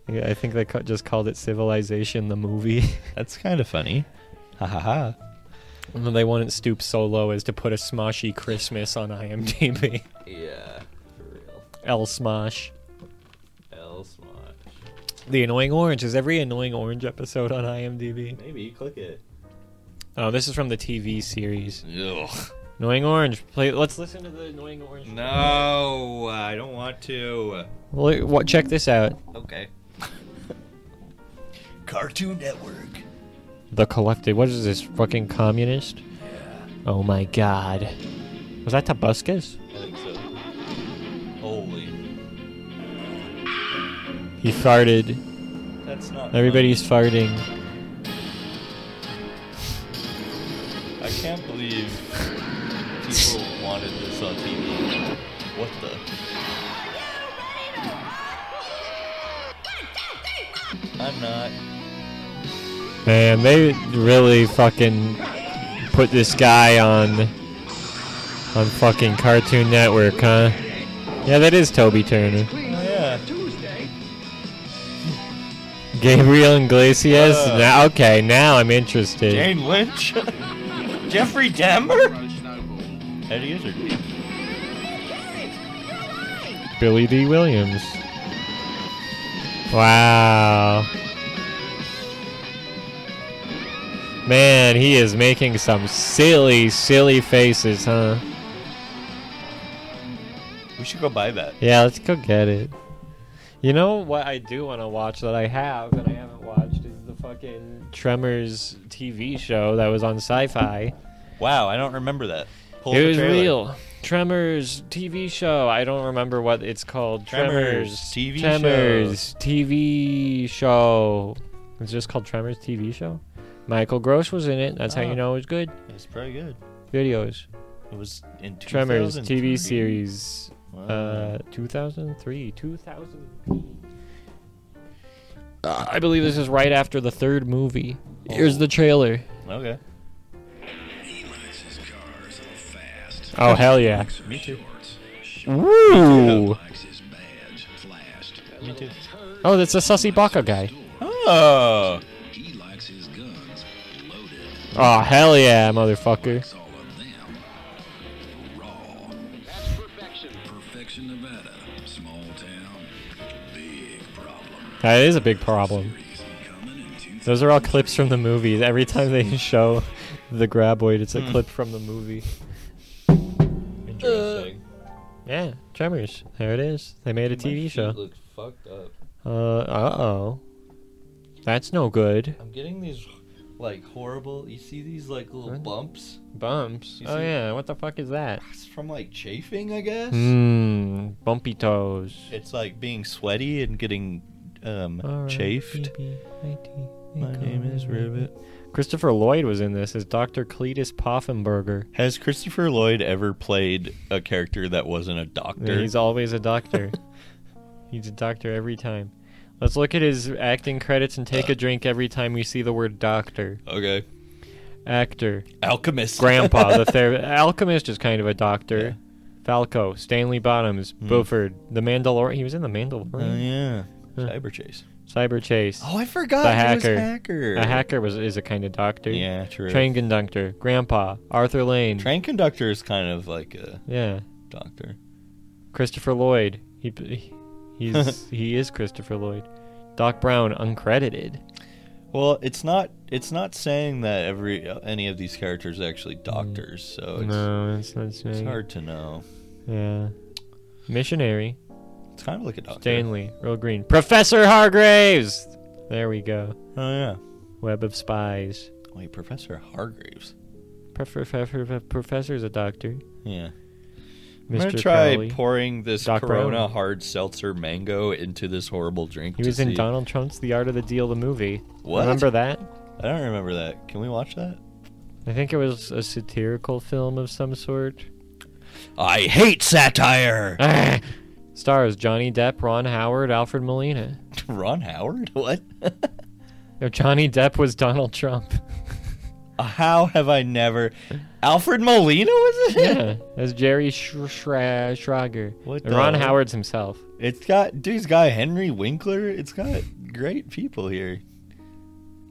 S2: Yeah, I think they ca- just called it Civilization the movie.
S3: *laughs* That's kind of funny. Ha ha ha.
S2: and then they wouldn't stoop so low as to put a Smoshy Christmas on *laughs* IMDb.
S3: Yeah, for real.
S2: El Smosh.
S3: L Smosh.
S2: The Annoying Orange. Is every Annoying Orange episode on IMDb?
S3: Maybe click it.
S2: Oh, this is from the TV series.
S3: Ugh.
S2: Annoying Orange. Play. Let's listen to the Annoying Orange.
S3: No, I don't want to.
S2: Look, what, check this out.
S3: Okay. Cartoon Network.
S2: The Collective. What is this? Fucking communist? Oh my god. Was that Tabuscus?
S3: I think so. Holy.
S2: He He farted.
S3: That's not.
S2: Everybody's farting.
S3: I can't believe people wanted this on TV. What the? I'm not.
S2: Man, they really fucking put this guy on on fucking Cartoon Network, huh? Yeah, that is Toby Turner.
S4: Please,
S3: Oh, yeah.
S4: Tuesday.
S2: Gabriel Iglesias.
S3: Uh.
S2: now, okay, now I'm interested.
S3: Jane Lynch? *laughs* Jeffrey Dahmer? Eddie Izzard.
S2: Billy D. Williams. Wow. Man, he is making some silly, silly faces, huh?
S3: We should go buy that.
S2: Yeah, let's go get it. You know what I do want to watch that I have and I haven't watched is the fucking Tremors TV show that was on Sci-Fi.
S3: Wow, I don't remember that. Pull up
S2: It
S3: the
S2: was
S3: trailer.
S2: real. Tremors TV show. I don't remember what it's called.
S3: Tremors TV show.
S2: Tremors TV show. It's just called Tremors TV show. Michael Gross was in it. That's how
S3: Oh.
S2: you know it was good.
S3: It's pretty good.
S2: Videos.
S3: It was in
S2: Tremors
S3: 2003.
S2: TV series.
S3: Wow.
S2: Uh, 2003, 2000. Uh, I believe this is right after the third movie. Here's the trailer.
S3: okay.
S2: Oh hell yeah!
S3: Me too.
S2: Woo!
S3: Me too.
S2: Oh, that's a Sussy Baka guy.
S3: Oh.
S5: He likes his guns loaded.
S2: Oh hell yeah, motherfucker!
S5: It's all of them. Raw. Perfection, Nevada. Small town. Big problem.
S2: That is a big problem.
S5: Series coming in two
S2: Those are all clips from the movie. Every time they *laughs* show the graboid, it's a clip from the movie.
S3: Interesting.
S2: Yeah, Tremors. There it is. They made a TV show.
S3: Looks fucked up.
S2: Uh oh. That's no good.
S3: I'm getting these like horrible. You see these like little
S2: Huh?
S3: bumps?
S2: Bumps.
S3: You
S2: Oh
S3: see-
S2: yeah, what the fuck is that?
S3: It's from like chafing, I guess. Hmm,
S2: Mmm, bumpy toes.
S3: It's like being sweaty and getting um chafed. My name is Ribbit.
S2: Christopher Lloyd was in this as Dr. Cletus Poffenberger.
S3: Has Christopher Lloyd ever played a character that wasn't a doctor?
S2: He's always a doctor. *laughs* He's a doctor every time. Let's look at his acting credits and take a drink every time we see the word doctor.
S3: okay.
S2: Actor.
S3: Alchemist. *laughs*
S2: Grandpa, the ther- alchemist is kind of a doctor. Falco, Stanley Bottoms, Buford, The Mandalorian. He was in The
S3: Hmm. Oh
S2: Mandalorian.
S3: yeah.
S2: Huh.
S3: Cyber Chase.
S2: Cyber Chase.
S3: Oh, I forgot.
S2: The
S3: he was
S2: hacker.
S3: hacker.
S2: A hacker was is a kind of doctor.
S3: Yeah, true.
S2: Train conductor, Grandpa, Arthur Lane.
S3: Train conductor is kind of like a
S2: yeah,
S3: doctor.
S2: Christopher Lloyd. He p-
S3: *laughs*
S2: he's he is Christopher Lloyd. Doc Brown, uncredited.
S3: Well, it's not. It's not saying that every uh, any of these characters are actually doctors, so Oh, it's,
S2: Mm. no, it's not
S3: it's
S2: saying.
S3: hard to know.
S2: Yeah. Missionary,
S3: It's kind of like a doctor.
S2: Stanley, Earl Green, Professor Hargraves. There we go.
S3: Oh yeah.
S2: Web of Spies.
S3: Wait, Professor Hargreaves.
S2: Prefer, prefer, prefer, professor's a doctor.
S3: Yeah.
S2: Mr.
S3: I'm gonna try
S2: Crowley.
S3: pouring this
S2: Doc
S3: Corona
S2: Brown.
S3: hard seltzer mango into this horrible drink.
S2: He
S3: to
S2: was in
S3: see-
S2: Donald Trump's The Art of the Deal, the movie.
S3: What?
S2: Remember that?
S3: I don't remember that. Can we watch that?
S2: I think it was a satirical film of some sort.
S3: I hate satire. *laughs*
S2: *sighs* Stars Johnny Depp, Ron Howard, Alfred Molina.
S3: Ron Howard. What? *laughs*
S2: No, Johnny Depp was Donald Trump.
S3: How have I never? Alfred Molina was it?
S2: yeah, *laughs* that's Jerry Sh- Shra- Schrager.
S3: What
S2: And Ron
S3: the-
S2: Howard's himself.
S3: It's got dude's got Henry Winkler. It's got great people here.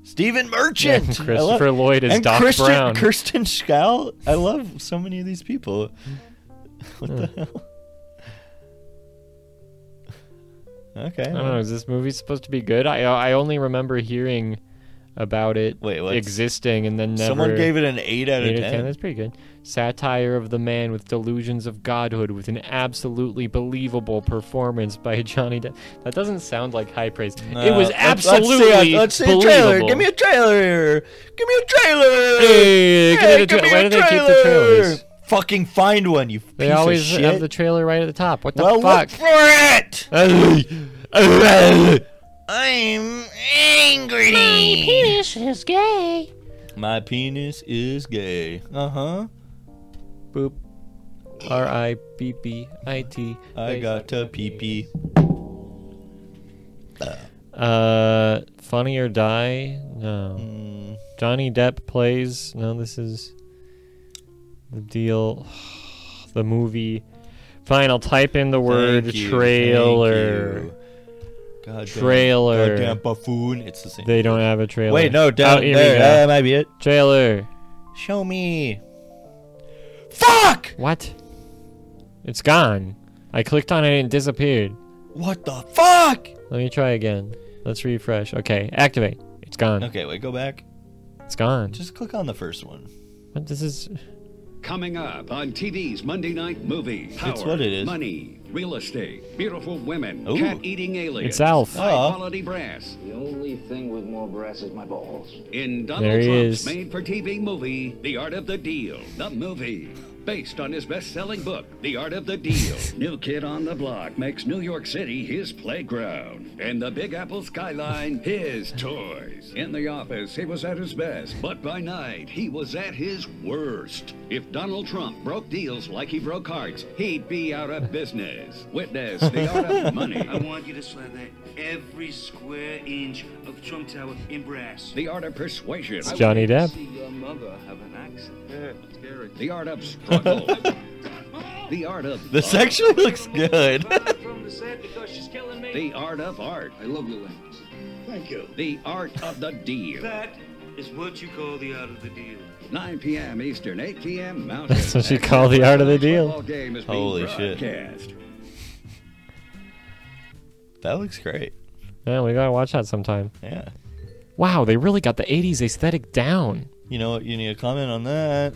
S3: Stephen
S2: And
S3: Merchant, I love-
S2: Christopher Lloyd is
S3: and
S2: Doc
S3: Kristen,
S2: Brown.
S3: Kirsten Schaal. I love so many of these people. *laughs* What the
S2: Hmm.
S3: hell? Okay.
S2: I don't know. Is this movie supposed to be good? I I only remember hearing about it
S3: Wait, what's-
S2: existing and then never.
S3: Someone gave it an eight out of
S2: Eight
S3: ten.
S2: out of ten. That's pretty good. Satire of the man with delusions of godhood with an absolutely believable performance by *laughs* Johnny Depp. That doesn't sound like high praise. it
S3: Uh,
S2: was
S3: let's-
S2: absolutely
S3: Let's see, a, let's see a trailer.
S2: believable.
S3: Give me a trailer. Give me a trailer.
S2: Hey, give me the tra-
S3: me
S2: why
S3: a
S2: do they keep the
S3: trailer.
S2: trailers?
S3: Fucking find one, you
S2: They
S3: piece
S2: always
S3: of shit.
S2: have the trailer right at the top. What the
S3: well,
S2: fuck?
S3: look for it.
S2: Hey,
S3: I'm angry. My penis is gay. My penis is gay. Uh huh.
S2: *laughs* Boop. R I B B I T.
S3: I got a pee pee.
S2: Uh, Funny or Die? No.
S3: Hmm.
S2: Johnny Depp plays. No, this is the deal. *sighs* The movie. Fine, I'll type in the word
S3: Thank you,
S2: trailer.
S3: thank you. Goddamn-
S2: Trailer.
S3: Goddamn buffoon. It's the same.
S2: They don't have a trailer.
S3: Wait, no, down
S2: oh, here
S3: there.
S2: We
S3: uh,
S2: go.
S3: That might be it.
S2: trailer.
S3: Show me. Fuck!
S2: What? It's gone. I clicked on it and it disappeared.
S3: What the fuck?
S2: Let me try again. Let's refresh. Okay, activate. It's gone.
S3: Okay, wait, go back.
S2: It's gone.
S3: Just click on the first one.
S2: What this is *laughs*
S5: Coming up on TV's Monday Night Movie. Power,
S3: what it is.
S5: Money, real estate, beautiful women,
S3: Ooh.
S5: cat-eating aliens.
S2: It's Alf.
S3: Aw.
S5: High quality brass.
S6: The only thing with more brass is my balls.
S5: In Donald
S2: There he
S5: Trump's
S2: is.
S5: made-for-TV movie, The Art of the Deal, the movie. Based on his best-selling book, The Art of the Deal, *laughs* New Kid on the Block makes New York City his playground. And the Big Apple skyline, his toys. In the office, he was at his best, but by night, he was at his worst. If Donald Trump broke deals like he broke hearts, he'd be out of business. Witness The Art *laughs* of Money.
S7: I want you to slander every square inch of Trump Tower in brass.
S5: The Art of Persuasion.
S2: it's Johnny Depp.
S6: See your mother have an accent.
S5: The Art of *laughs* Struggle. the Art of
S3: This actually *laughs* looks good. *laughs*
S6: from the set because she's killing me.
S5: The Art of Art.
S6: I love your language.
S4: Thank you.
S5: The Art of the Deal.
S7: That is what you call the art of the deal.
S5: 9 p.m. Eastern, 8 p.m. Mountain.
S2: That's what you call the art of the deal.
S3: *laughs*
S5: Football game is
S3: Holy
S5: being
S3: shit.
S5: broadcast.
S3: that looks great.
S2: Yeah, we gotta watch that sometime.
S3: Yeah.
S2: Wow, they really got the 80s aesthetic down.
S3: You know what? You need to comment on that.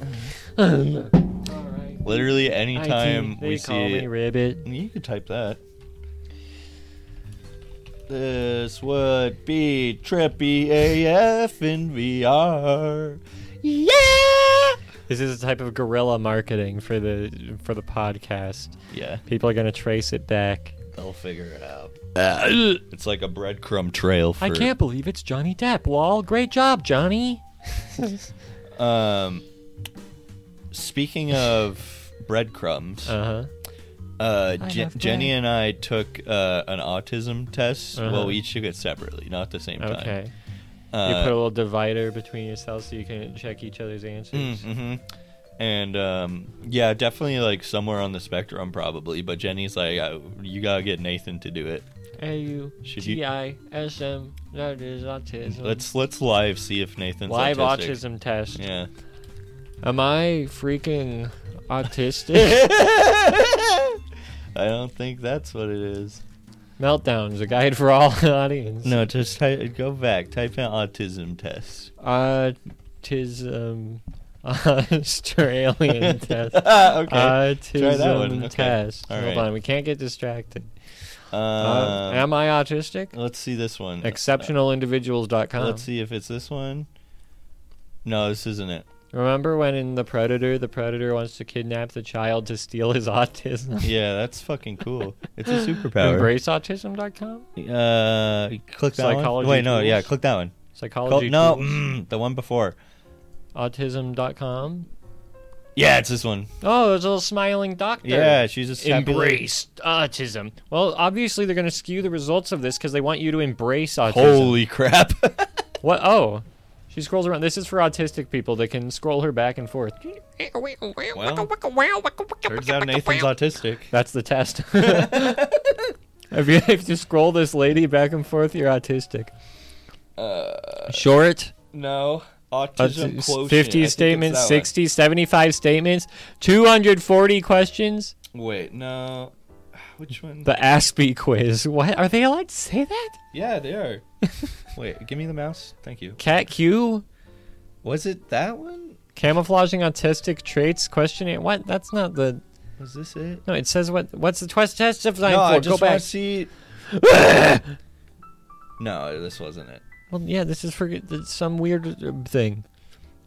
S2: *laughs*
S3: Literally anytime
S2: IT,
S3: we
S2: they call
S3: see
S2: me
S3: it.
S2: Ribbit.
S3: You could type that. This would be trippy AF in VR. Yeah.
S2: This is a type of guerrilla marketing for the for the podcast.
S3: Yeah,
S2: People are gonna trace it back.
S3: they'll figure it
S2: *laughs*
S3: out. It's like a breadcrumb trail for
S2: I can't believe it's Johnny Depp. Lol, great job, Johnny.
S3: Um, speaking of breadcrumbs, uh,
S2: Uh huh.
S3: Je-
S2: love
S3: Jenny
S2: bread.
S3: and I took uh, an autism test.
S2: Uh-huh.
S3: Well, we each took it separately, not at the same time.
S2: Okay. you
S3: Uh,
S2: put a little divider between yourselves so you can check each other's answers.
S3: hmm And um, yeah, definitely like somewhere on the spectrum, probably. But Jenny's like, I, you gotta get Nathan to do it.
S2: A U
S3: Mm-hmm. Should you-
S2: T I S M. That is autism.
S3: Let's let's live see if Nathan's
S2: Mm-hmm. live
S3: autistic.
S2: autism test.
S3: Yeah.
S2: Am I freaking
S3: *laughs*
S2: autistic?
S3: I don't think that's what it is.
S2: Meltdowns, a guide for all *laughs* audience.
S3: No, just type, go back. Type in autism test.
S2: Autism *laughs*
S3: *laughs*
S2: Australian test.
S3: Ah, *laughs* okay.
S2: Autism
S3: Try that one. Okay.
S2: test.
S3: All
S2: Hold
S3: right.
S2: on, we can't get distracted. Uh,
S3: Um,
S2: am I autistic?
S3: let's see this one. Uh,
S2: Exceptionalindividuals.com.
S3: Let's see if it's this one. No, this isn't it.
S2: Remember when in The Predator, the predator wants to kidnap the child to steal his
S3: *laughs*
S2: autism?
S3: Yeah, that's fucking cool. It's
S2: *gasps*
S3: a superpower.
S2: EmbraceAutism.com?
S3: Uh, click that one.
S2: Psychology
S3: Wait, no,
S2: tools?
S3: yeah, click that one. Col-
S2: Psychology.
S3: no,
S2: tools?
S3: mm, the one before.
S2: Autism.com.
S3: Yeah, it's this one.
S2: Oh, there's a little smiling doctor.
S3: Yeah, she's a sappy little-
S2: embraced autism. Well, obviously they're going to skew the results of this because they want you to embrace autism.
S3: Holy crap! *laughs*
S2: What? Oh, she scrolls around. This is for autistic people. They can scroll her back and forth.
S3: well, turns out Nathan's autistic.
S2: That's the test. *laughs* if you if you scroll this lady back and forth, you're autistic. Short, uh,
S3: No,
S2: auti-
S3: autism Uh, quotient. I think
S2: 50
S3: it's
S2: statements,
S3: that one.
S2: 60, 75 statements, 240 questions.
S3: Wait, no. Which one?
S2: The Aspie quiz. What? Are they allowed to say that?
S3: yeah, they *laughs* are. Wait, give me the mouse. Thank you.
S2: Cat Q?
S3: Was it that one?
S2: Camouflaging autistic traits questionnaire. What? That's not the.
S3: Was this it?
S2: No, it says what? What's the twist test design
S3: No,
S2: for?
S3: I
S2: Go
S3: just want
S2: back.
S3: to *laughs* see. no, this wasn't it.
S2: Well, yeah, this is for the- some weird uh, thing.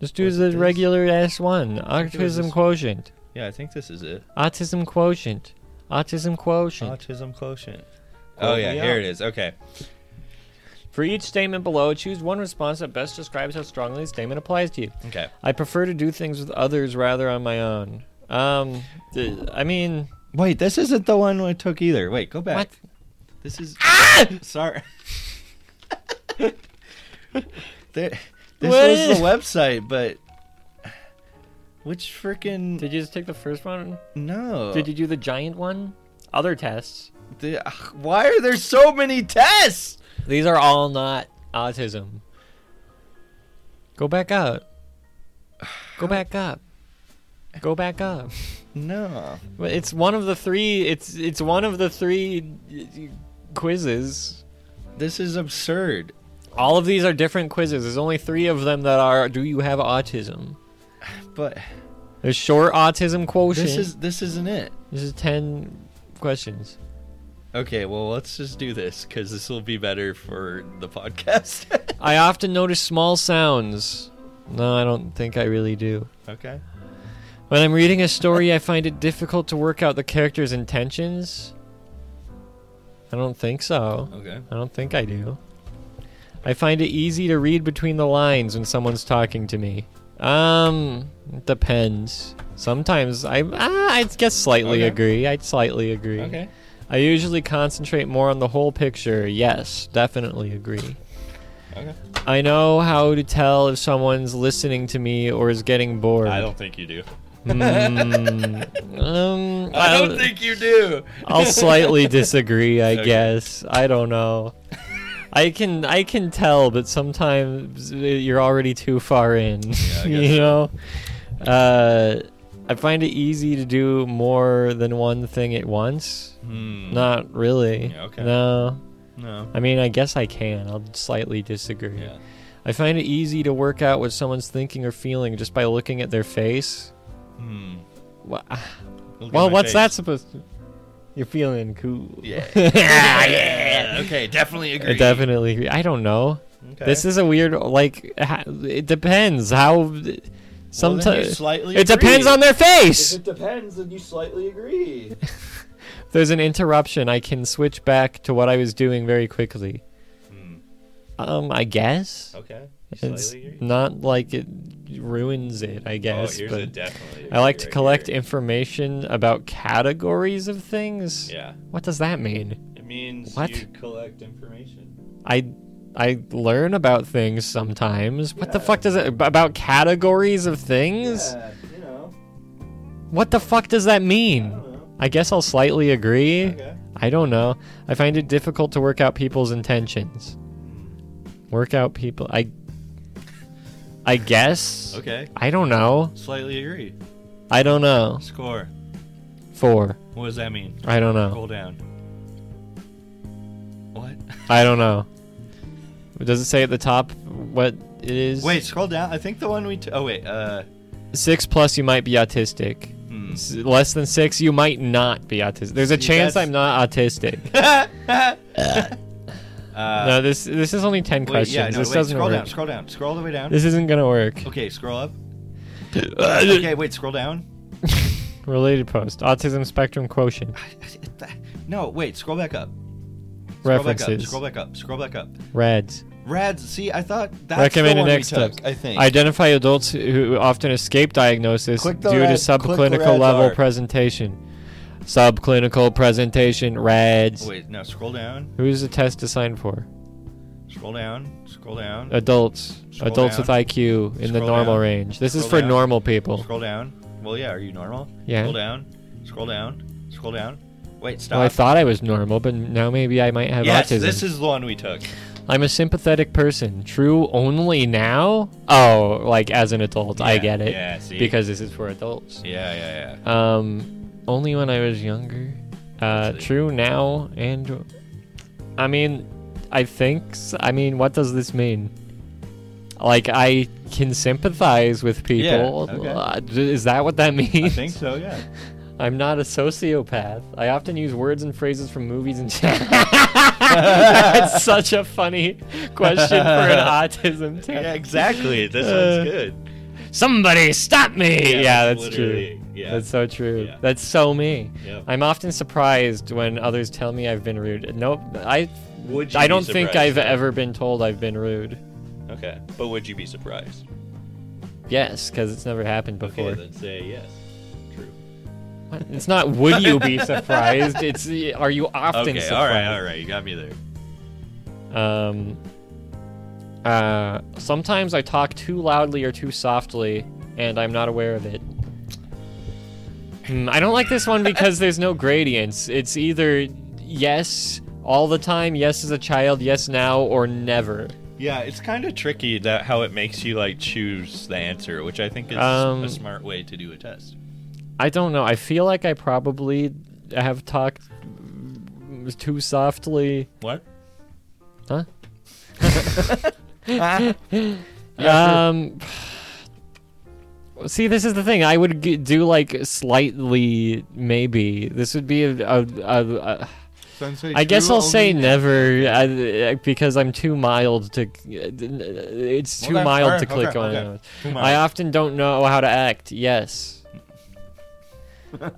S2: Just do
S3: Was it
S2: the
S3: this?
S2: regular S one.
S3: think it was
S2: Autism
S3: this
S2: quotient.
S3: Yeah, I think this is it.
S2: Autism quotient. Autism quotient.
S3: Autism quotient. Hmm. Oh yeah,
S2: me
S3: here
S2: up.
S3: it is. Okay.
S2: For each statement below, choose one response that best describes how strongly the statement applies to you.
S3: Okay.
S2: I prefer to do things with others rather on my own. Um, th- I mean,
S3: Wait, this isn't the one I took either. Wait, go back.
S2: what? Ah!
S3: This is
S2: *laughs*
S3: sorry. there, this
S2: What
S3: was
S2: is-
S3: the website, but which freaking
S2: Did you just take the first one?
S3: no?
S2: Did you do the giant one? Other tests.
S3: The- ugh, why are there so many tests?
S2: These are all not autism. Go back up. Go back up. Go back up.
S3: No.
S2: Well, It's one of the three. It's it's one of the three quizzes.
S3: This is absurd.
S2: All of these are different quizzes. There's only three of them that are. Do you have autism?
S3: But
S2: There's short autism quotient.
S3: this is this isn't it.
S2: this is ten questions.
S3: Okay, well let's just do this because this will be better for the podcast. *laughs*
S2: I often notice small sounds. No, I don't think I really do.
S3: okay.
S2: When I'm reading a story, I find it difficult to work out the character's intentions. I don't think so.
S3: Okay.
S2: I don't think I do. I find it easy to read between the lines when someone's talking to me. Um, it depends. Sometimes I, ah, I guess slightly
S3: Okay.
S2: agree. I'd slightly agree.
S3: Okay.
S2: I usually concentrate more on the whole picture. Yes, definitely agree.
S3: Okay.
S2: I know how to tell if someone's listening to me or is getting bored.
S3: I don't think you do.
S2: Hmm.
S3: *laughs*
S2: Um,
S3: I don't think you do.
S2: *laughs* I'll
S3: *laughs*
S2: slightly disagree, I
S3: Okay.
S2: guess. I don't know. I can I can tell, but sometimes uh, you're already too far in. *laughs*
S3: I guess
S2: you know. Uh, I find it easy to do more than one thing at once.
S3: Hmm.
S2: Not really.
S3: Yeah, okay.
S2: No.
S3: No.
S2: I mean, I guess I can. I'll slightly disagree.
S3: Yeah.
S2: I find it easy to work out what someone's thinking or feeling just by looking at their face.
S3: Hmm.
S2: Wha-
S3: Look at
S2: Well,
S3: my
S2: what's
S3: face.
S2: that supposed to? You're feeling cool. *laughs*
S3: Yeah.
S2: yeah.
S3: Okay, definitely
S2: I
S3: agree.
S2: definitely. agree. I don't know.
S3: Okay.
S2: This is a weird. Like, ha- it depends how.
S3: Well, then you
S2: Sometimes
S3: slightly
S2: it depends
S3: agree.
S2: on their face.
S1: depends, and you slightly agree.
S2: If There's an interruption. I can switch back to what I was doing very quickly. Um, I guess
S3: Okay. Hmm. Oh, you
S2: it's
S3: slightly agree.
S2: not like it ruins it. I
S3: Oh,
S2: guess,
S3: here's a
S2: but
S3: definitely.
S2: I like
S3: agree
S2: to
S3: right
S2: collect
S3: here.
S2: information about categories of things.
S3: Yeah.
S2: What does that mean?
S3: It means
S2: What?
S3: you collect information.
S2: I I learn about things sometimes. What the fuck does it about categories of things?
S1: you know.
S2: What the fuck does that mean? I guess I'll slightly agree. I don't know. I find it difficult to work out people's intentions. Work out people. I I guess.
S3: Okay.
S2: I don't know.
S3: Slightly agree.
S2: I don't know.
S3: Score.
S2: Four.
S3: What does that mean?
S2: I don't know.
S3: Roll down. What?
S2: I don't know. Does it say at the top what it is?
S3: Wait, scroll down. I think the one we. T- oh wait. Uh.
S2: six plus you might be autistic *laughs*
S3: Hmm.
S2: S- less than six you might not be autistic there's a
S3: See,
S2: chance
S3: that's-
S2: i'm not autistic
S3: Uh,
S2: no this this is only 10
S3: wait,
S2: questions
S3: yeah, no,
S2: this
S3: wait,
S2: doesn't
S3: scroll
S2: work
S3: down, scroll down, scroll all the way down.
S2: this isn't gonna work
S3: Okay, scroll up. okay, wait, scroll down.
S2: related post autism spectrum quotient
S3: No, wait, scroll back up. Scroll back up.
S2: references
S3: Scroll back up. Scroll back up.
S2: rads
S3: Rads. See, I thought that's the
S2: recommended
S3: one
S2: next
S3: we took,
S2: steps
S3: I think.
S2: identify adults who often escape diagnosis due
S3: Click the
S2: to
S3: red- click the
S2: subclinical
S3: red
S2: level
S3: bar.
S2: presentation subclinical presentation rads
S3: Oh, Wait, no, scroll down.
S2: who's the test designed for
S3: Scroll down. Scroll down.
S2: adults
S3: Scroll
S2: adults
S3: down.
S2: with iq in the
S3: Scroll
S2: normal
S3: down.
S2: range this is
S3: Scroll
S2: for
S3: down.
S2: normal people
S3: Scroll down. Well, yeah, are you normal?
S2: Yeah.
S3: Scroll down. Scroll down. Scroll down. Wait, stop.
S2: well, i thought i was normal but now maybe i might have
S3: yes,
S2: autism
S3: this is the one we took.
S2: i'm a sympathetic person true only now oh like as an adult i
S3: Yeah,
S2: get it
S3: yeah, see.
S2: because this is for adults
S3: Yeah, yeah, yeah.
S2: um only when i was younger uh
S3: see.
S2: true now and i mean i think s- i mean what does this mean like i can sympathize with people
S3: okay.
S2: Uh, d- is that what that means
S3: I think so, yeah. *laughs*
S2: I'm not a sociopath. I often use words and phrases from movies *laughs* and. That's such a funny question for *laughs* an autism test.
S3: exactly. This
S2: Uh,
S3: good.
S2: Somebody stop me! Yeah, that's true.
S3: literally Yeah.
S2: That's so true.
S3: Yeah.
S2: That's so me.
S3: Yeah.
S2: I'm often surprised when others tell me I've been rude. Nope, I
S3: Would you
S2: I
S3: be
S2: don't think
S3: surprised,
S2: I've e-
S3: though?
S2: ever been told I've been rude.
S3: Okay, but would you be surprised?
S2: Yes, because it's never happened before.
S3: Okay, then say yes. True.
S2: What? It's not would you
S3: *laughs*
S2: be surprised? It's uh, are you often
S3: Okay, all
S2: surprised?
S3: right, all right, you got me there.
S2: Um, uh, sometimes I talk too loudly or too softly, and I'm not aware of it. Hmm, I don't like this one because there's no gradients. It's either yes all the time, yes as a child, yes now, or never.
S3: Yeah, it's kind of tricky that how it makes you like choose the answer, which I think is
S2: Um,
S3: a smart way to do a test.
S2: I don't know. I feel like I probably have talked too softly.
S3: What?
S2: Huh? um. *sighs* See, this is the thing. I would g- do like slightly, maybe. This would be a. a, a, a I guess I'll say never I, because I'm too mild to. uh, It's too
S3: Okay,
S2: mild to
S3: alright,
S2: click
S3: okay,
S2: on.
S3: okay. Too
S2: I
S3: mild.
S2: often don't know how to act.
S3: *laughs*
S2: Yes.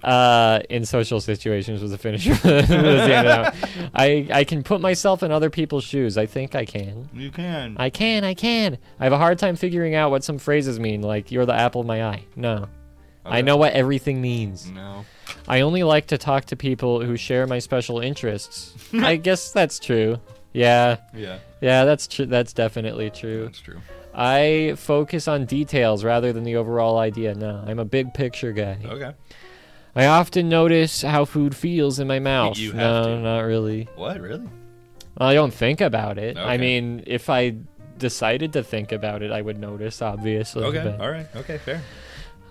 S2: uh, in social situations was the *laughs* finish. was the end of that
S3: *laughs*
S2: one. I I can put myself in other people's shoes. I think I can.
S3: You can.
S2: I can. I can. I have a hard time figuring out what some phrases mean. Like you're the apple of my eye. No. I
S3: Okay. Mm-hmm.
S2: know what everything means.
S3: No.
S2: I only like to talk to people who share my special
S3: *laughs*
S2: interests. I guess that's true. Yeah,
S3: Yeah,
S2: yeah, that's true. That's definitely true.
S3: that's true.
S2: I focus on details rather than the overall idea. No, I'm a big picture guy.
S3: Okay.
S2: I often notice how food feels in my mouth.
S3: You
S2: no,
S3: have to.
S2: not really.
S3: What really?
S2: I don't think about it. I
S3: Okay.
S2: mean, if I decided to think about it, I would notice, obviously.
S3: Okay.
S2: but-
S3: All right. Okay.
S2: *laughs*
S3: Fair.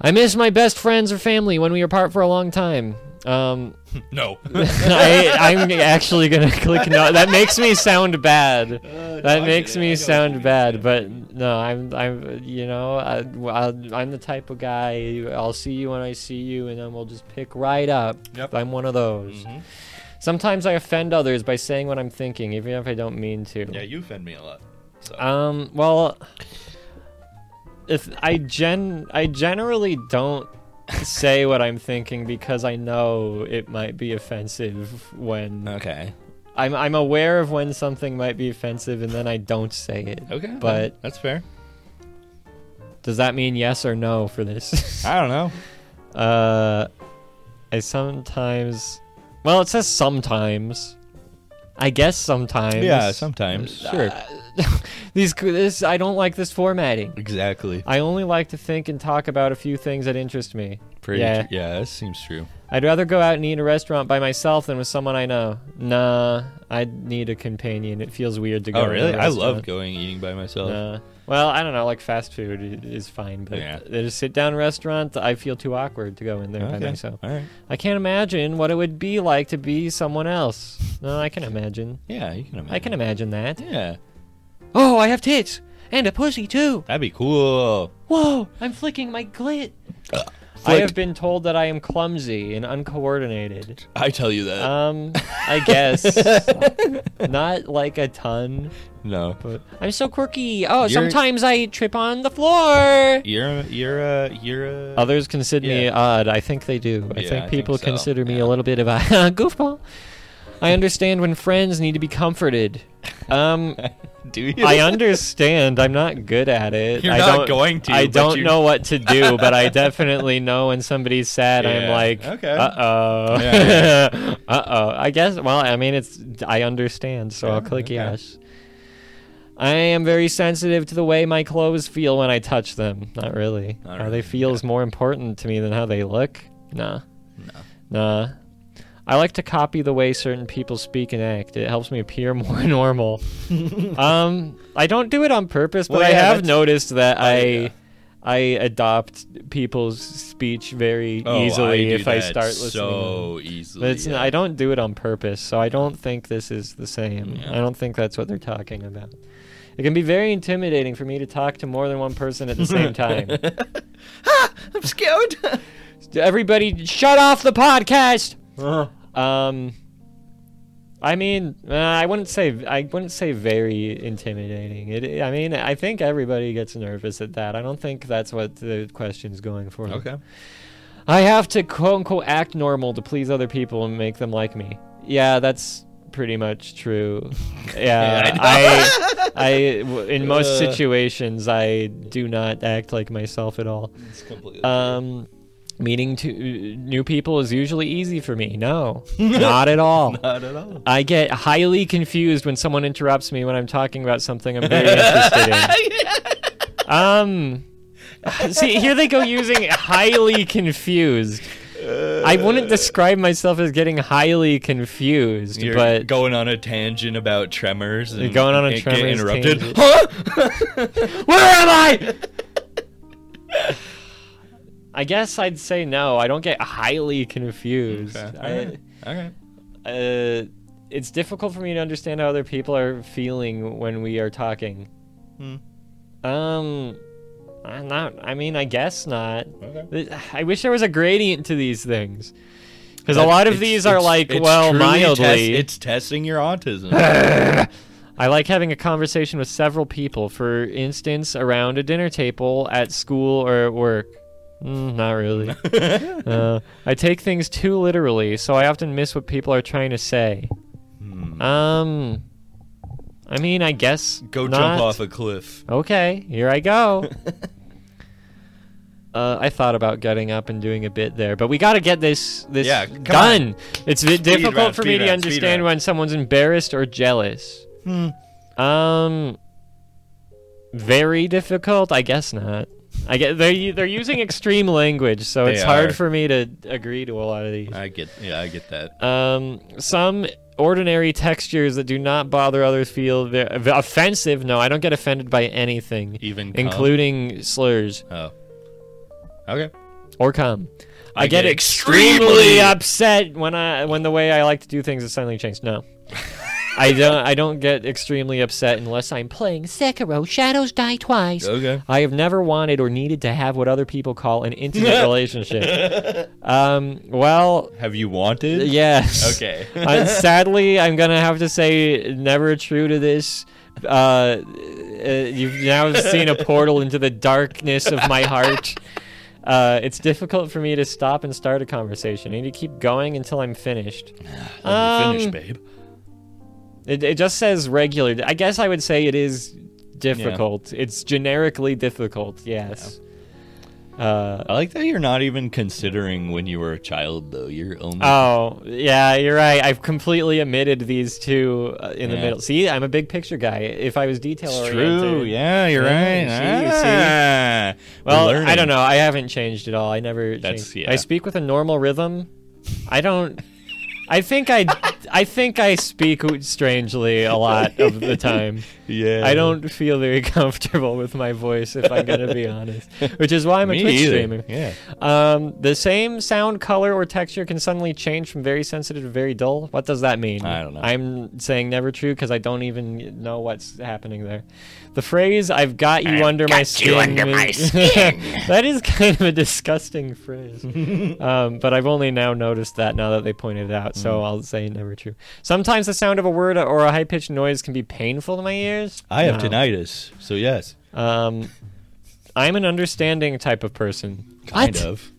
S2: I miss my best friends or family when we were apart for a long time. Um, *laughs*
S3: No.
S2: I, I'm actually gonna *laughs* click no. That makes me sound
S3: Uh,
S2: bad. that makes me sound bad. But no, I'm I'm you know I, I, I'm the type of guy. I'll see you when I see you, and then we'll just pick right up.
S3: Yep. Mm-hmm.
S2: I'm one of those. Sometimes I offend others by saying what I'm thinking, even if I don't mean to.
S3: Yeah, you offend me a lot. So.
S2: Um. Well, if I gen I generally don't say what I'm thinking because I know it might be offensive when
S3: okay.
S2: I'm I'm aware of when something might be offensive and then I don't say it.
S3: Okay.
S2: But
S3: that's fair.
S2: does that mean yes or no for
S3: *laughs*
S2: this?
S3: I don't know.
S2: uh, I sometimes. Well, it says sometimes. I guess sometimes.
S3: Yeah, sometimes. Sure.
S2: *laughs* These this I don't like this formatting.
S3: exactly.
S2: I only like to think and talk about a few things that interest me.
S3: Pretty.
S2: yeah.
S3: Yeah. yeah, that seems true.
S2: I'd rather go out and eat in a restaurant by myself than with someone I know. Nah, I need a companion. It feels weird to go.
S3: Oh,
S2: to a
S3: really? I love
S2: restaurant.
S3: going eating by myself.
S2: Nah. Well, I don't know. Like fast food i- is fine, but
S3: Yeah.
S2: at a sit-down restaurant, I feel too awkward to go in there by myself.
S3: All right.
S2: I can't imagine what it would be like to be someone else. No, I can imagine.
S3: Yeah, you can imagine.
S2: I can imagine that.
S3: Yeah,
S2: Oh, I have tits and a pussy too.
S3: that'd be cool.
S2: Whoa, I'm flicking my clit.
S3: Uh,
S2: I have been told that I am clumsy and
S3: *laughs*
S2: uncoordinated.
S3: I tell you that.
S2: Um, I guess not like a ton,
S3: no.
S2: but I'm so quirky. Oh,
S3: You're-
S2: sometimes I trip on the floor.
S3: You're you're a you're
S2: *laughs*
S3: a
S2: Others consider me
S3: Yeah.
S2: odd. I think they do. I
S3: Yeah,
S2: think
S3: I think
S2: people
S3: so.
S2: consider me
S3: Yeah.
S2: a little bit of a *laughs* goofball. I understand when friends need to be comforted.
S3: *laughs*
S2: Um,
S3: do you?
S2: I
S3: *laughs*
S2: understand. I'm not good at it.
S3: You're
S2: I
S3: not
S2: don't,
S3: going to,
S2: I
S3: but
S2: don't
S3: you-
S2: know what to do, but I definitely know when somebody's sad. I'm
S3: Yeah,
S2: like,
S3: okay.
S2: uh oh, *laughs*
S3: Yeah,
S2: uh oh. I guess. Well, I mean, it's. I understand, so I'll
S3: Yeah,
S2: click
S3: okay.
S2: yes. I am very sensitive to the way my clothes feel when I touch them. Not really.
S3: Not
S2: how
S3: really,
S2: they feel is more important to me than how they look. Nah.
S3: No.
S2: Nah. I like to copy the way certain people speak and act. It helps me appear *laughs* more normal. um, I don't do it on purpose, but
S3: Well,
S2: I
S3: yeah,
S2: have
S3: that's-
S2: noticed that I
S3: yeah.
S2: I adopt people's speech very
S3: Oh,
S2: easily
S3: do
S2: if I
S3: that
S2: start listening. to them.
S3: so easily.
S2: But it's,
S3: yeah.
S2: I don't do it on purpose, so I don't think this is the same.
S3: Yeah.
S2: I don't think that's what they're talking about. It can be very intimidating for me to talk to more than one person at the
S3: *laughs*
S2: same time.
S3: I'm scared.
S2: Everybody, shut off the podcast. Um, I mean, uh, I wouldn't say I wouldn't say very intimidating. It, I mean, I think everybody gets nervous at that. I don't think that's what the question's going for.
S3: okay.
S2: I have to quote unquote act normal to please other people and make them like me. Yeah, that's pretty much true. Yeah, I, I, w- in most
S3: Uh.
S2: situations, I do not act like myself at all.
S3: It's completely.
S2: Um, meeting to, new people is usually easy for me.
S3: *laughs*
S2: No, not at all.
S3: not at all.
S2: I get highly confused when someone interrupts me when I'm talking about something I'm
S3: *laughs*
S2: very interested in. Um, see, here they go using highly confused. I wouldn't describe myself as getting highly confused,
S3: You're
S2: but
S3: going on a tangent about tremors and
S2: You're going on a
S3: and
S2: Tremors
S3: get interrupted.
S2: tangent. *laughs*
S3: Huh? Where am I?
S2: I guess I'd say no. I don't get highly confused.
S3: Okay.
S2: I-
S3: Alright. All right.
S2: uh, it's difficult for me to understand how other people are feeling when we are talking.
S3: Hmm.
S2: Um, I'm not. I mean, I guess not. Th- I wish there was a gradient to these things, because a lot of
S3: It's-
S2: these are
S3: it's-
S2: like,
S3: it's
S2: well,
S3: truly test-
S2: mildly.
S3: it's testing your
S2: *laughs*
S3: autism.
S2: I like having a conversation with several people. For instance, around a dinner table at school or at work. Mm, not
S3: *laughs*
S2: really. uh, I take things too literally, so I often miss what people are trying to say.
S3: Hmm.
S2: Um, I mean, I guess
S3: Go
S2: not.
S3: jump off a cliff.
S2: Okay, here I
S3: *laughs*
S2: go. uh, I thought about getting up and doing a bit there, but we got to get this this
S3: Yeah, come
S2: done. It's bit difficult
S3: round,
S2: for
S3: speed
S2: me to
S3: round, speed
S2: understand
S3: round. Hmm.
S2: when someone's embarrassed or jealous. Um, very difficult, I guess not. I get they're u- they're using extreme language, so
S3: They
S2: it's hard
S3: are.
S2: for me to agree to a lot of these.
S3: I get. Yeah, I get that.
S2: Um, some ordinary textures that do not bother others feel ve- offensive. No, I don't get offended by anything,
S3: Even cum?
S2: including slurs
S3: Oh. Okay.
S2: or cum. I,
S3: I
S2: get,
S3: get
S2: extremely
S3: extremely-
S2: upset when I when the way I like to do things is suddenly changed.
S3: *laughs*
S2: No. I don't I don't get extremely upset unless I'm playing Sekiro Shadows Die Twice.
S3: Okay.
S2: I have never wanted or needed to have what other people call an
S3: *laughs*
S2: intimate relationship. Um, well,
S3: Have you wanted?
S2: yes. *laughs*
S3: Okay.
S2: uh, sadly, I'm gonna have to say never true to this. Uh, uh, you've now seen a portal into the darkness of my heart. Uh, it's difficult for me to stop and start a conversation. I need to keep going until I'm finished.
S3: Let me
S2: Um,
S3: finish, babe.
S2: It, it just says regular. I guess I would say it is difficult. It's generically difficult. Yes. Uh,
S3: I like that you're not even considering when you were a child, though. You're only.
S2: Oh, yeah, you're right. I've completely omitted these two uh, in the
S3: Yeah.
S2: middle. See, I'm a big picture guy. If I was detail
S3: It's
S2: oriented.
S3: true. Yeah, you're right.
S2: Yeah, you see, you see.
S3: Ah, we're
S2: Well, I
S3: learning.
S2: don't know. I haven't changed at all. I never
S3: That's-
S2: changed.
S3: yeah.
S2: I speak with a normal rhythm. I don't I think I I think I speak strangely a lot of
S3: *laughs*
S2: the time.
S3: Yeah.
S2: I don't feel very *laughs* comfortable with my voice if I'm going to be honest, which is why I'm a
S3: Me
S2: Twitch
S3: either.
S2: streamer.
S3: Yeah.
S2: Um, the same sound, color, or texture can suddenly change from very sensitive to very dull. What does that mean?
S3: I don't know.
S2: I'm saying never true because I don't even know what's happening there. The phrase "I've got you under my skin." means- *laughs* that is kind of a disgusting
S3: *laughs*
S2: phrase. um, but I've only now noticed that now that they pointed it out,
S3: Mm.
S2: so I'll say never true. Sometimes the sound of a word or a high pitched noise can be painful to my ears.
S3: I have
S2: No.
S3: tinnitus, so yes,
S2: Um, I'm an understanding type of person.
S3: kind
S2: What? *laughs*
S3: of.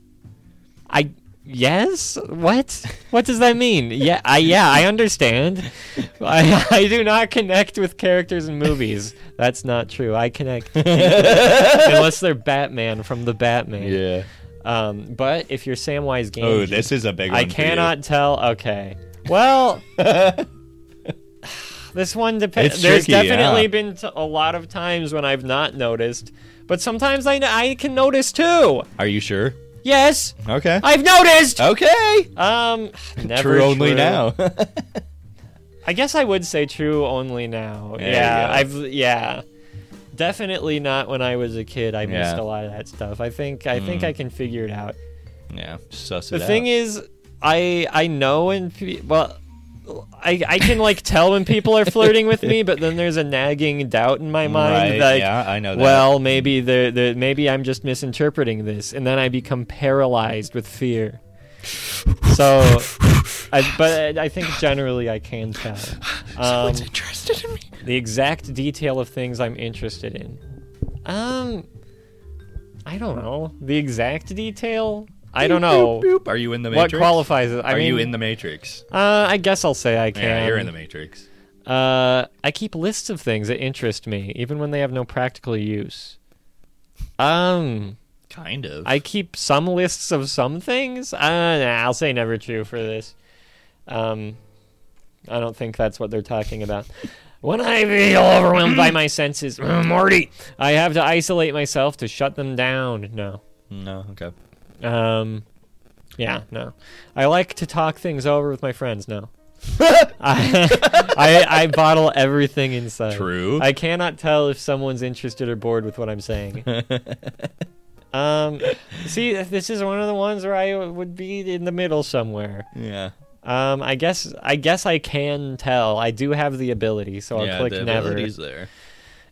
S2: I yes. What? What does that mean? Yeah, I yeah, I understand. *laughs* I I do not connect with characters in movies. That's not true. I connect
S3: *laughs*
S2: unless they're Batman from the Batman.
S3: Yeah.
S2: Um, but if you're Samwise Gamgee,
S3: Oh, this is a big one.
S2: I
S3: for you.
S2: cannot tell. Okay.
S3: *laughs*
S2: Well, *sighs* this one depends.
S3: It's
S2: There's
S3: tricky,
S2: definitely
S3: yeah.
S2: been t- a lot of times when I've not noticed, but sometimes I, I can notice too.
S3: Are you sure?
S2: Yes,
S3: Okay.
S2: I've noticed.
S3: okay.
S2: Um, never
S3: *sighs* true only
S2: true.
S3: now.
S2: *laughs* I guess I would say true only now.
S3: There you
S2: yeah,
S3: go.
S2: I've yeah. Definitely not when I was a kid. I missed
S3: Yeah. Mm.
S2: a lot of that stuff. I think I think I can figure it out.
S3: yeah. Suss
S2: The thing is, I I know when pe- well, I I can like tell when people are flirting with
S3: *laughs*
S2: me, but then there's a nagging doubt in my mind
S3: Right,
S2: like,
S3: yeah, I know that.
S2: well, maybe they're, they're- maybe I'm just misinterpreting this, and then I become paralyzed with fear. So, I, but I think generally I can
S3: *laughs*
S2: tell. Um,
S3: interested in me.
S2: the exact detail of things I'm interested in. Um, I don't know the exact detail. I don't know
S3: Boop, boop. Are you in the
S2: what
S3: Matrix?
S2: qualifies it. I
S3: Are
S2: mean,
S3: you in the Matrix?
S2: Uh, I guess I'll say I can.
S3: Yeah, you're in the Matrix.
S2: Uh, I keep lists of things that interest me, even when they have no practical use. Um,
S3: Kind of.
S2: I keep some lists of some things. Uh, nah, I'll say never true for this. Um, I don't think that's what they're talking about. When I feel overwhelmed by my senses, *clears throat* Morty, I have to isolate myself to shut them down. No.
S3: no.
S2: *laughs*
S3: Okay.
S2: Um, yeah, no. I like to talk things over with my friends.
S3: *laughs*
S2: No. I, I I bottle everything inside.
S3: True.
S2: I cannot tell if someone's interested or bored with what I'm
S3: *laughs*
S2: saying. um, see, this is one of the ones where I would be in the middle somewhere.
S3: Yeah.
S2: Um, I guess I guess I can tell. I do have the ability, so I'll
S3: yeah.
S2: click
S3: the
S2: never.
S3: ability's there.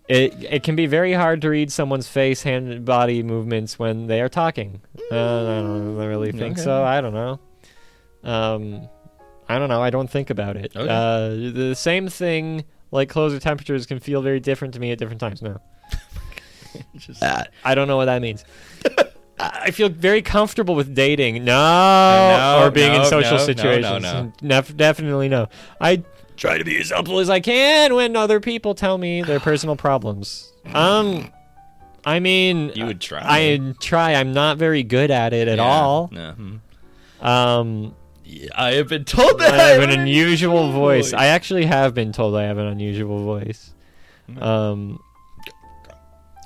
S2: It it can be very hard to read someone's face, hand, and body movements when they are talking. Uh, I don't really think
S3: okay.
S2: so. I don't know. Um, I don't know. I don't think about it.
S3: Okay.
S2: Uh, the same thing, like closer temperatures, can feel very different to me at different times. No,
S3: Just,
S2: I don't know what that
S3: *laughs*
S2: means. I I feel very comfortable with dating. No,
S3: no,
S2: or being in
S3: no,
S2: social
S3: no, no, no,
S2: situations.
S3: no.
S2: Nef- definitely no. I try to be as helpful as I can when other people tell me
S3: *sighs*
S2: their personal problems. Um, I mean,
S3: You would try.
S2: I try. I'm not very good at it at
S3: Yeah,
S2: all.
S3: No. hmm.
S2: Um,
S3: Yeah, I have been told that
S2: I have
S3: *laughs* have
S2: an
S3: an
S2: unusual voice.
S3: voice.
S2: I actually have been told I have an unusual voice.
S3: Mm.
S2: Um,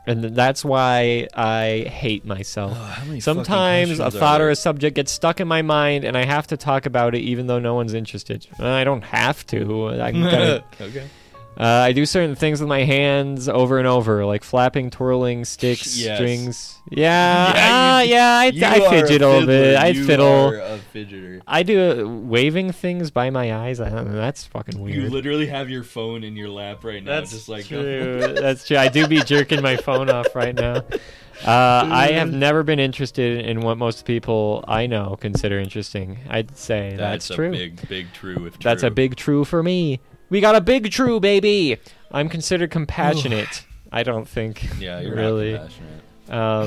S2: and th- that's why I hate myself.
S3: how many fucking
S2: Sometimes a
S3: questions are
S2: thought or
S3: there?
S2: a subject gets stuck in my mind, and I have to talk about it, even though no one's interested. Uh, I don't have to. I
S3: *laughs*
S2: can kinda,
S3: okay.
S2: uh, I do certain things with my hands over and over, like flapping, twirling sticks,
S3: Yes.
S2: strings. Yeah,
S3: Yeah,
S2: yeah,
S3: you-
S2: yeah I,
S3: You
S2: I
S3: are
S2: fidget a little bit.
S3: fiddler.
S2: I
S3: You
S2: fiddle.
S3: are a fidgeter.
S2: I do uh, waving things by my eyes. I don't know. That's fucking weird.
S3: You literally have your phone in your lap right now.
S2: that's
S3: just like *laughs* "Oh."
S2: true. *laughs* That's true. I do be jerking my phone off right now. Uh, I have never been interested in what most people I know consider interesting. I'd say that's,
S3: That's, a
S2: true.
S3: big, big true. If
S2: That's a
S3: true.
S2: big true for me. We got a big true, *sighs* baby. I'm considered compassionate. I don't think.
S3: Yeah, you're not
S2: really.
S3: compassionate.
S2: Um,